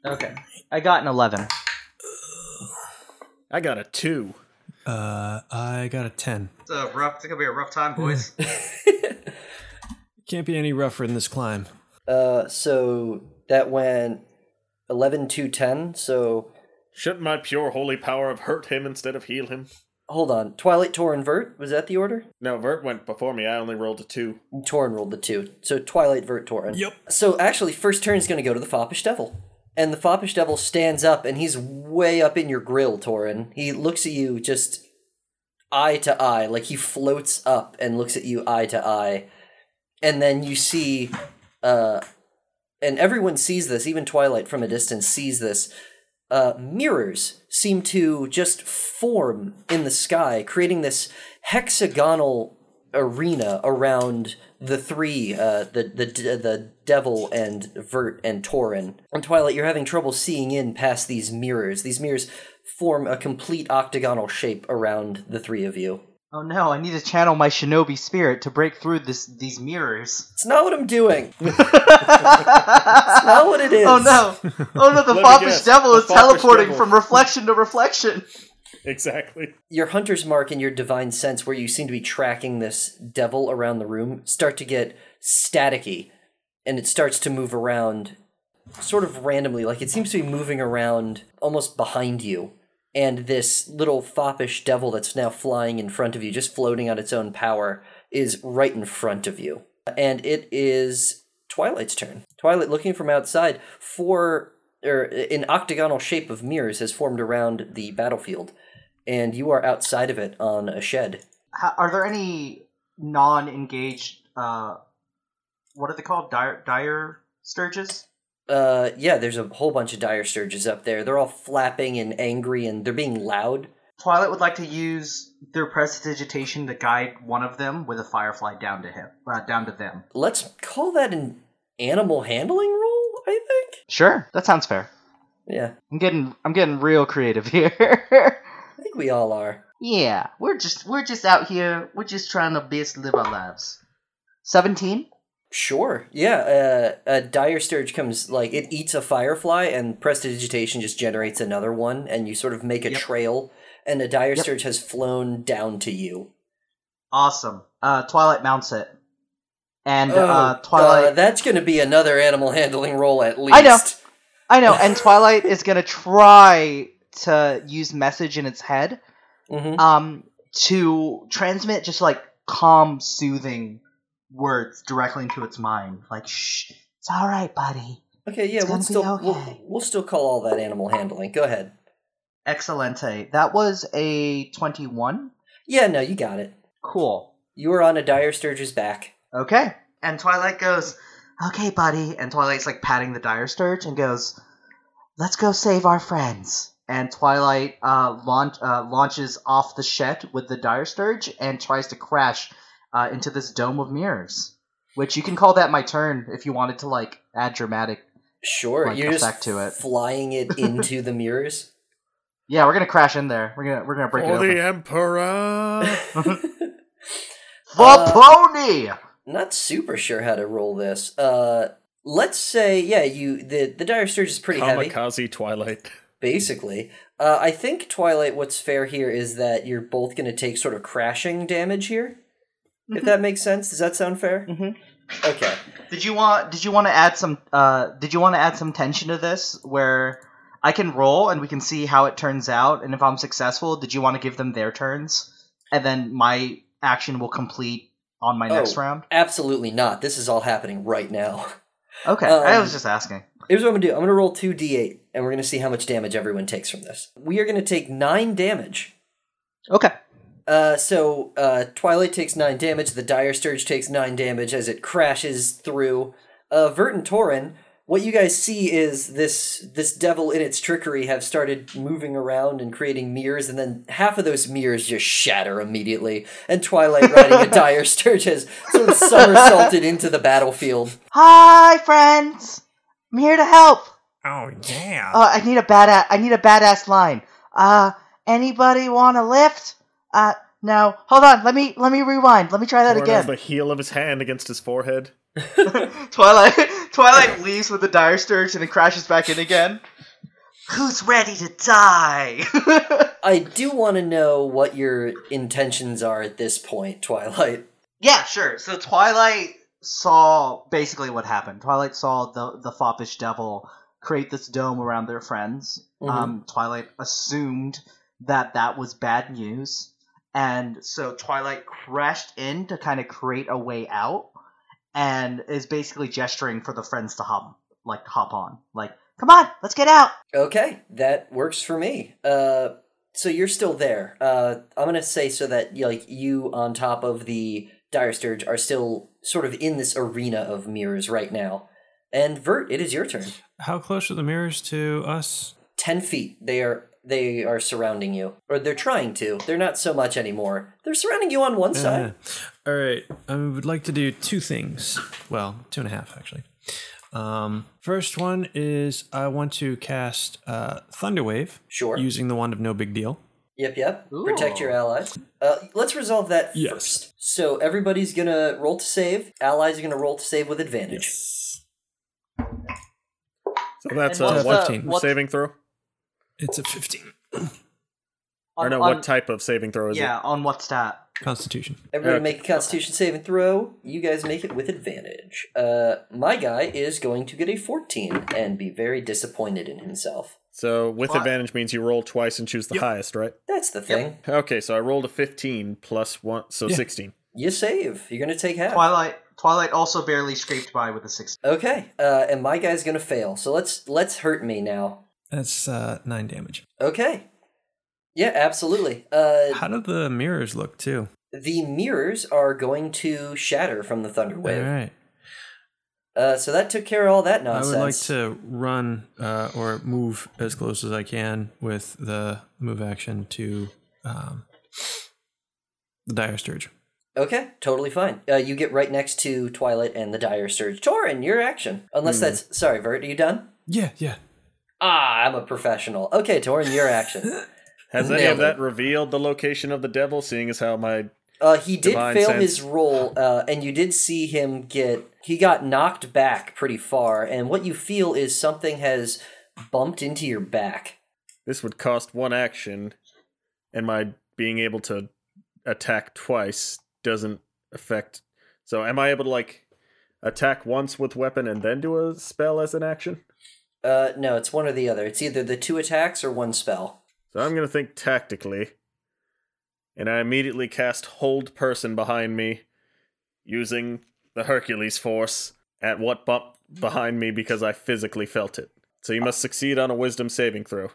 A: Okay. I got an 11.
C: I got a two.
E: Uh, I got a 10.
I: It's a rough. It's gonna be a rough time, boys.
E: Can't be any rougher in this climb.
B: uh so that went 11 to 10 so
C: Shouldn't my pure holy power have hurt him instead of heal him?
B: hold on twilight torn vert was that the order
C: No, Vert went before me. I only rolled a two. *laughs*
B: Torin rolled the two. So Twilight Vert Torin.
E: Yep.
B: So actually, first turn is going to go to the Foppish Devil. And the Foppish Devil stands up and he's way up in your grill, Torin. He looks at you just eye to eye, like he floats up and looks at you eye to eye. And then you see, uh, and everyone sees this, even Twilight from a distance sees this. Uh, mirrors seem to just form in the sky, creating this hexagonal arena around the three uh the the the devil and vert and torin and twilight you're having trouble seeing in past these mirrors these mirrors form a complete octagonal shape around the three of you
A: *laughs* Oh no, I need to channel my shinobi spirit to break through this these *laughs* mirrors.
B: it's not what i'm doing
A: *laughs* oh
B: not what it is
A: no. Oh no, the
C: me
A: foppish
C: guess,
A: devil
C: the
A: is
C: foppish
A: teleporting
C: devil.
A: from reflection to reflection.
C: Exactly.
B: your hunter's mark and your divine sense where you seem to be tracking this devil around the room start to get staticky and it starts to move around sort of randomly like it seems to be moving around almost behind you and this little foppish devil that's now flying in front of you just floating on its own power is right in front of you and it is twilight's turn twilight looking from outside for or an octagonal shape of mirrors has formed around the battlefield and you are outside of it on a shed.
A: Ha- are there any non-engaged uh what are they called dire, dire sturges
B: Uh, yeah, there's a whole bunch of dire sturges up there. They're all flapping and angry, and they're being loud.
A: twilight would like to use their prestidigitation to guide one of them with a firefly down to him uh, down to them
B: Let's call that an animal handling rule, I think.
A: sure that sounds fair
B: Yeah,
A: i'm getting i'm getting real creative *laughs* here
B: I think we all are.
A: yeah we're just we're just out here we're just trying to best live our lives 17
B: Sure. Yeah. Uh, a dire sturge comes like it eats a firefly, and prestidigitation just generates another one, and you sort of make a
A: Yep.
B: trail, and a dire
A: Yep.
B: sturge has flown down to you.
A: awesome uh twilight mounts it and
B: Oh,
A: uh
B: uh,
A: twilight
B: that's going to be another animal handling role at least.
A: I know. i know and twilight is gonna try to use message in its head
B: hmm
A: um, to transmit just like calm, soothing words directly into its mind. Like, shh, it's all right, buddy.
B: Okay, yeah,
A: It's
B: we'll
A: gonna be
B: still we'll,
A: okay.
B: we'll still call all that animal handling. Go ahead.
A: Excelente. That was a 21.
B: Yeah, no, you got it.
A: Cool.
B: You were on a dire sturge's back.
A: Okay. And Twilight goes, okay, buddy. And Twilight's like patting the dire sturge and goes, let's go save our friends. And Twilight uh, launch, uh, launches off the shed with the dire sturge and tries to crash uh, into this dome of mirrors. Which you can call that my turn if you wanted to like add dramatic.
B: Sure,
A: Like,
B: you're just
A: effect to it. *laughs*
B: flying it into the mirrors. *laughs*
A: Yeah, we're gonna crash in there. We're gonna we're gonna break it
C: For
A: open.
C: the
G: *laughs*
C: Emperor!
A: The
B: Uh,
A: pony.
B: Not super sure how to roll this. Uh, let's say, yeah, you the the dire sturge is pretty heavy.
C: Kamikaze Twilight.
B: basically. Uh, I think Twilight. What's fair here is that you're both going to take sort of crashing damage here.
A: Mm-hmm.
B: If that makes sense, does that sound fair?
A: Mhm.
B: Okay.
A: Did you want did you want to add some uh did you want to add some tension to this where I can roll and we can see how it turns out and if I'm successful, did you want to give them their turns and then my action will complete
G: on my next round?
B: Absolutely not. This is all happening right now. *laughs*
G: Okay, I
B: um,
G: was just asking.
B: Here's what I'm gonna do. I'm gonna roll two d8, and we're gonna see how much damage everyone takes from this. We are gonna take nine damage.
G: Okay.
B: Uh, so uh, Twilight takes nine damage. The Dire Sturge takes nine damage as it crashes through. Uh, Vert and Torin, what you guys see is this this devil in its trickery have started moving around and creating mirrors, and then half of those mirrors just shatter immediately. And Twilight, riding a Dire Sturge, has sort of somersaulted into the battlefield.
A: Hi, friends. I'm here to help.
D: Oh yeah.
A: Uh, I need a badass. I need a badass line. Uh, anybody want a lift? Uh, no. Hold on. Let me let me rewind. Let me try that
C: Torn has
A: again.
C: the heel of his hand against his forehead.
G: Twilight *laughs* Twilight leaves with the dire sturge and it crashes back in again.
A: Who's ready to
G: *laughs*
A: die?
B: I do want to know what your intentions are at this point, Twilight.
G: Yeah, sure. So Twilight saw basically what happened. Twilight saw the the foppish devil create this dome around their friends.
B: Mhm.
G: Um, Twilight assumed that that was bad news, and so Twilight crashed in to kind of create a way out, and is basically gesturing for the friends to hop like hop on, like come on, let's get out.
B: Okay, that works for me. Uh, so you're still there. Uh, I'm gonna say so that like you on top of the dire sturge are still sort of in this arena of mirrors right now. And Vert, it is your turn.
E: How close are the mirrors to us?
B: Ten feet. They are they are surrounding you, or they're trying to. They're not so much anymore. They're surrounding you on one side.
E: Uh, all right. I would like to do two things. Well, two and a half, actually. Um, first one is I want to cast uh, Thunderwave
B: Sure.
E: using the Wand of No Big Deal.
B: Yep, yep. Protect your allies. Uh, let's resolve that
E: Yes.
B: first. So everybody's gonna roll to save. Allies are gonna roll to save with advantage.
C: So that's
G: And
C: a
G: what's
E: the-
C: what
G: what's-
C: saving throw?
E: It's a 15.
G: On-
C: or no,
G: on-
C: what type of saving throw is
G: yeah, on what stat?
E: Constitution.
B: Everybody
C: Okay.
B: make a Constitution save and throw. You guys make it with advantage. Uh, my guy is going to get a 14 and be very disappointed in himself.
C: it? So with
G: What?
C: advantage means you roll twice and choose the highest, right?
B: That's the thing.
C: Okay, so I rolled a 15 plus 1, so 16.
B: You save. You're going to take half.
G: Twilight Twilight also barely scraped by with a six.
B: Okay. Uh, and my guy's going to fail. So let's let's hurt me now.
E: That's uh, nine damage.
B: Okay. Yeah, absolutely. Uh,
E: How do the mirrors look, too?
B: the mirrors are going to shatter from the thunder
E: All
B: wave.
E: right.
B: Uh, so that took care of all that
E: I
B: nonsense.
E: would like to run uh, or move as close as I can with the move action to um, the Dire Sturge.
B: Okay, totally fine. Uh, you get right next to Twilight and the Dire Surge. Torin, your action.
C: Hmm.
B: Unless that's sorry, Vert, are you done?
E: Yeah, yeah.
B: Ah, I'm a professional. Okay, Torin, your
C: *laughs*
B: action.
C: Has any
B: Nailed
C: of
B: it.
C: that revealed the location of the devil, seeing as how my.
B: Uh, he did
C: Divine
B: fail
C: sense.
B: his roll, uh, and you did see him get. He got knocked back pretty far, and what you feel is something has bumped into your back.
C: This would cost one action, and my being able to attack twice doesn't affect. So am I able to, like, attack once with weapon and then do a spell as an action?
B: Uh, no, it's one or the other. It's either the two attacks or one spell.
C: So I'm going to think tactically. And I immediately cast Hold Person behind me using the Hercules force at what bump behind me because I physically felt it. So you must succeed on a wisdom saving throw.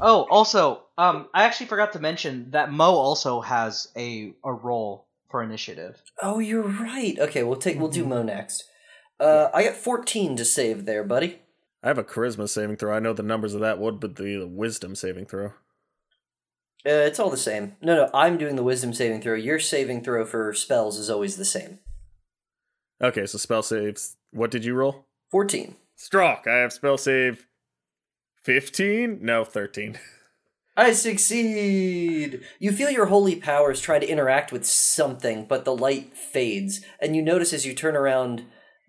G: Oh, also, um, I actually forgot to mention that Mo also has a a roll for initiative.
B: Oh, you're right. Okay, we'll take. We'll
C: Mm-hmm.
B: do Mo next. Uh, I got 14 to save there, buddy.
C: I have a charisma saving throw. I know the numbers of that would, but the, the wisdom saving throw.
B: Uh, it's all the same. No, no, I'm doing the wisdom saving throw. Your saving throw for spells is always the same.
C: Okay, so spell saves. What did you roll?
B: 14.
C: Strock. I have spell save 15? No, *laughs* 13.
B: I succeed! You feel your holy powers try to interact with something, but the light fades, and you notice as you turn around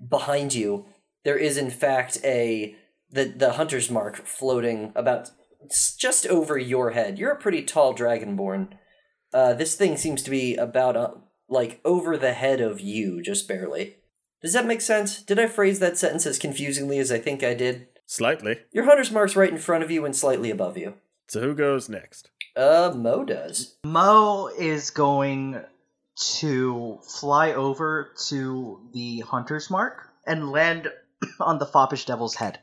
B: behind you, there is in fact a the the hunter's mark floating about s- just over your head. You're a pretty tall dragonborn. Uh, this thing seems to be about uh, like over the head of you, just barely. Does that make sense? Did I phrase that sentence as confusingly as I think I did?
C: Slightly.
B: Your hunter's mark's right in front of you and slightly above you.
C: So who goes next?
B: Uh, Mo does.
G: Mo is going to fly over to the hunter's mark and land *coughs* on the foppish devil's head.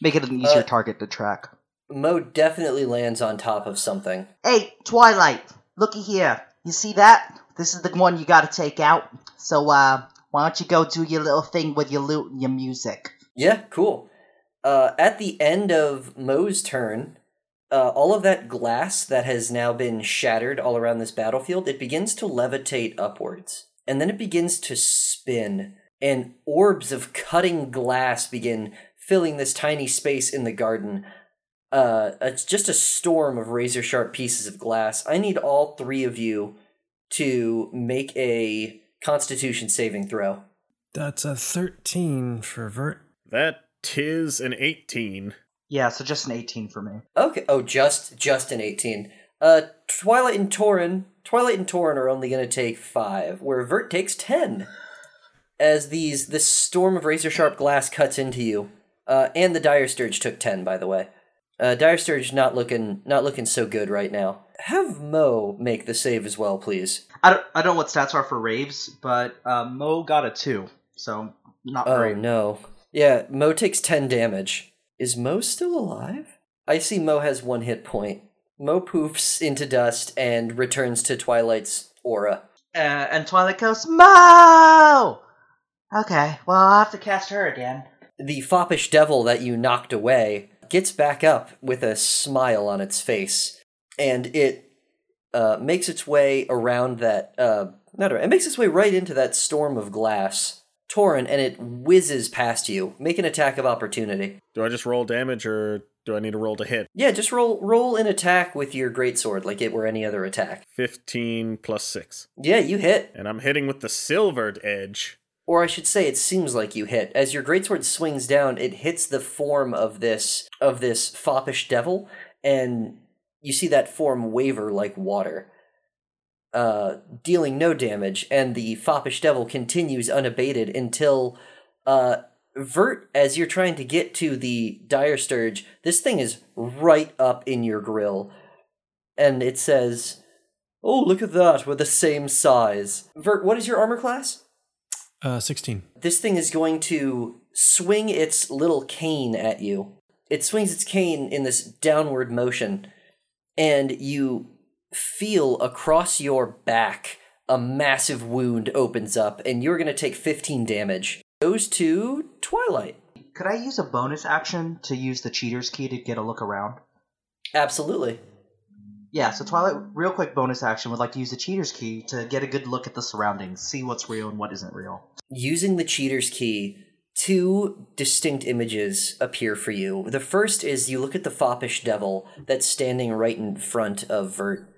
G: Make it an easier
B: Uh,
G: target to track.
B: Mo definitely lands on top of something.
G: Hey, Twilight, looky here. You see that? This is the one you gotta take out. So, uh, why don't you go do your little thing with your loot and your music?
B: Yeah, cool. Uh, at the end of Mo's turn, uh, all of that glass that has now been shattered all around this battlefield, it begins to levitate upwards. And then it begins to spin, and orbs of cutting glass begin filling this tiny space in the garden. Uh, it's just a storm of razor sharp pieces of glass. I need all three of you to make a constitution saving throw.
E: That's a 13 for Vert.
C: That tis an 18.
G: Yeah, so just an 18 for me.
B: Okay. Oh, just just an eighteen. Uh, Twilight and Torin. Twilight and Torin are only going to take five, where Vert takes ten. As these this storm of razor sharp glass cuts into you, uh, and the dire sturge took ten. By the way, uh, dire sturge not looking not looking so good right now. Have Mo make the save as well, please.
G: I don't, I don't know what stats are for Raves, but uh, Mo got a 2, so not
B: Oh
G: great.
B: no. Yeah, Mo takes 10 damage. Is Mo still alive? I see Mo has one hit point. Mo poofs into dust and returns to Twilight's aura.
G: Uh, and Twilight goes, Mo! Okay, well, I'll have to cast her again.
B: The foppish devil that you knocked away gets back up with a smile on its face, and it uh, makes its way around that. Uh, not around, it makes its way right into that storm of glass, Torin, and it whizzes past you. Make an attack of opportunity.
C: Do I just roll damage or do I need to roll to hit?
B: Yeah, just roll roll an attack with your greatsword like it were any other attack.
C: 15 plus 6.
B: Yeah, you hit.
C: And I'm hitting with the silvered edge.
B: Or I should say it seems like you hit. As your greatsword swings down, it hits the form of this of this foppish devil and you see that form waver like water. Uh, dealing no damage, and the foppish devil continues unabated until uh, Vert, as you're trying to get to the dire sturge, this thing is right up in your grill. And it says, Oh, look at that, we're the same size. Vert, what is your armor class?
E: Uh, 16.
B: This thing is going to swing its little cane at you. It swings its cane in this downward motion, and you feel across your back a massive wound opens up, and you're going to take 15 damage. Goes to Twilight.
G: Could I use a bonus action to use the cheater's key to get a look around?
B: Absolutely.
G: Yeah, so Twilight, real quick bonus action would like to use the cheater's key to get a good look at the surroundings, see what's real and what isn't real.
B: Using the cheater's key, two distinct images appear for you. The first is you look at the foppish devil that's standing right in front of Vert,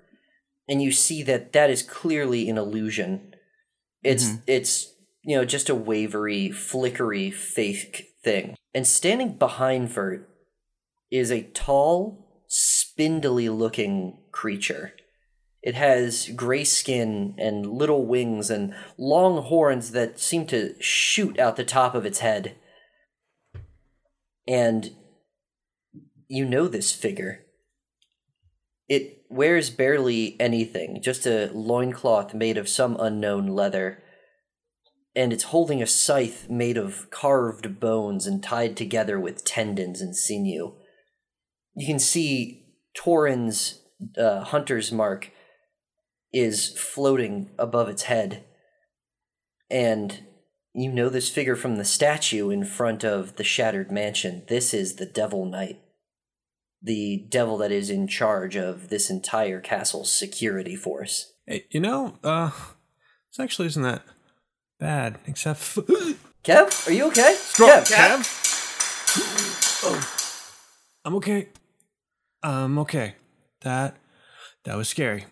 B: and you see that that is clearly an illusion. It's it's you know just a wavery, flickery, fake thing. And standing behind Vert is a tall, spindly-looking creature. It has gray skin and little wings and long horns that seem to shoot out the top of its head. And you know this figure. It wears barely anything, just a loincloth made of some unknown leather. And it's holding a scythe made of carved bones and tied together with tendons and sinew. You can see Torin's uh, hunter's mark is floating above its head. And you know this figure from the statue in front of the shattered mansion. This is the Devil Knight, the devil that is in charge of this entire castle's security force.
E: Hey, you know, uh, this actually isn't that bad, except for.
B: Kev, are you okay? Kev,
E: *gasps* I'm okay. I'm okay. That that was scary.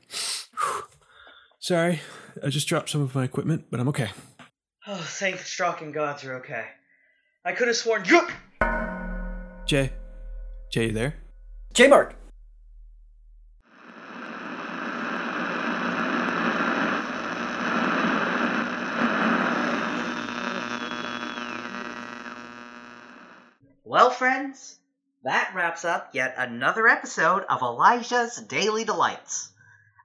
E: *sighs* Sorry, I just dropped some of my equipment, but I'm okay.
A: Oh, thank Strachan gods you're okay. I could have sworn you.
E: Jay, Jay, you there?
B: J Mark.
A: Well, friends, that wraps up yet another episode of Elijah's Daily Delights.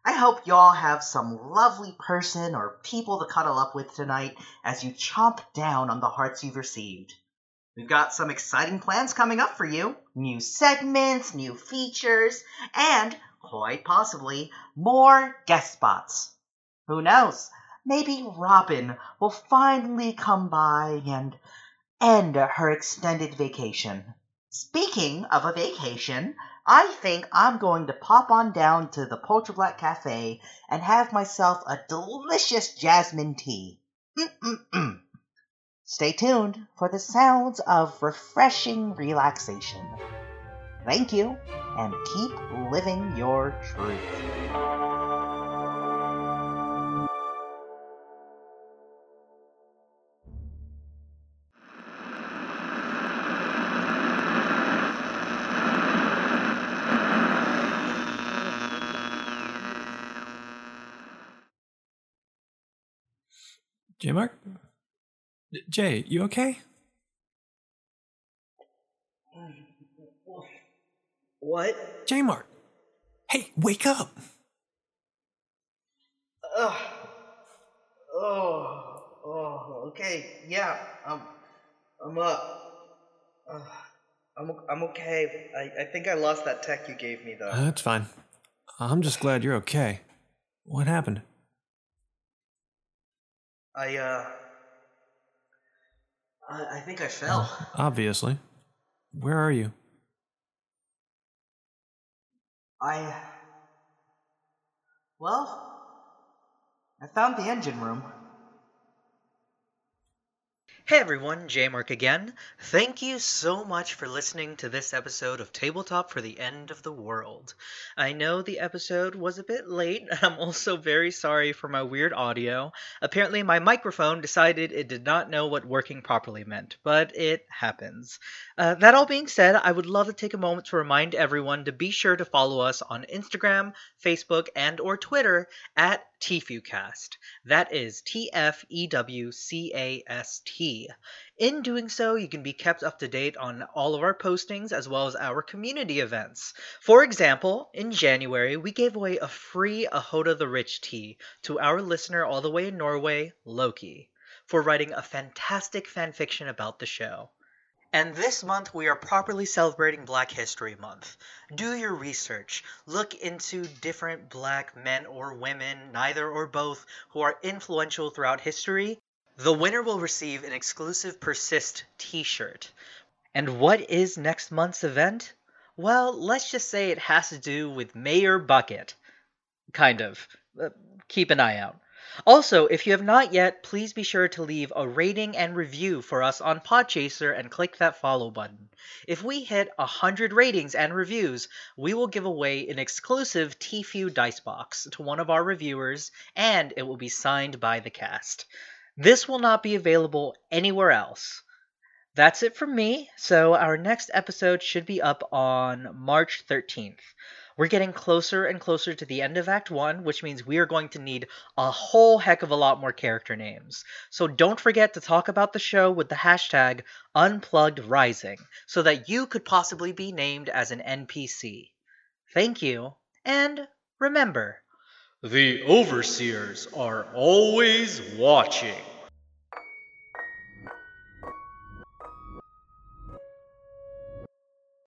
J: I hope y'all have some lovely person or people to cuddle up with tonight as you chomp down on the hearts you've received. We've got some exciting plans coming up for you new segments, new features, and quite possibly more guest spots. Who knows? Maybe Robin will finally come by and end her extended vacation. Speaking of a vacation, I think I'm going to pop on down to the Polter Black Cafe and have myself a delicious jasmine tea. Mm-mm-mm. Stay tuned for the sounds of refreshing relaxation. Thank you, and keep living your truth.
E: J Mark? Jay, you okay?
J: What?
E: J Mark. Hey, wake up.
J: Ugh. Oh. Oh. Okay. Yeah. I'm. I'm up. Ugh. I'm. I'm okay. I. I think I lost that tech you gave me though.
E: Uh, that's fine. I'm just glad you're okay. What happened?
J: I uh I, I think I
E: Oh.
J: fell.
E: Obviously. Where are you?
J: I Well, I found the engine room.
A: Hey everyone, Jmark again. Thank you so much for listening to this episode of Tabletop for the End of the World. I know the episode was a bit late, and I'm also very sorry for my weird audio. Apparently, my microphone decided it did not know what working properly meant, but it happens. Uh, that all being said, I would love to take a moment to remind everyone to be sure to follow us on Instagram, Facebook, and or Twitter at TFUcast. That is T F E W C A S T. In doing so, you can be kept up to date on all of our postings as well as our community events. For example, in January, we gave away a free Ahoda the Rich tea to our listener all the way in Norway, Loki, for writing a fantastic fanfiction about the show. And this month, we are properly celebrating Black History Month. Do your research. Look into different black men or women, neither or both, who are influential throughout history. The winner will receive an exclusive Persist t shirt. And what is next month's event? Well, let's just say it has to do with Mayor Bucket. Kind of. Uh, keep an eye out. Also, if you have not yet, please be sure to leave a rating and review for us on Podchaser and click that follow button. If we hit 100 ratings and reviews, we will give away an exclusive TFU dice box to one of our reviewers, and it will be signed by the cast. This will not be available anywhere else. That's it from me, so our next episode should be up on March 13th. We're getting closer and closer to the end of Act 1, which means we are going to need a whole heck of a lot more character names. So don't forget to talk about the show with the hashtag UnpluggedRising so that you could possibly be named as an NPC. Thank you, and remember the Overseers are always watching.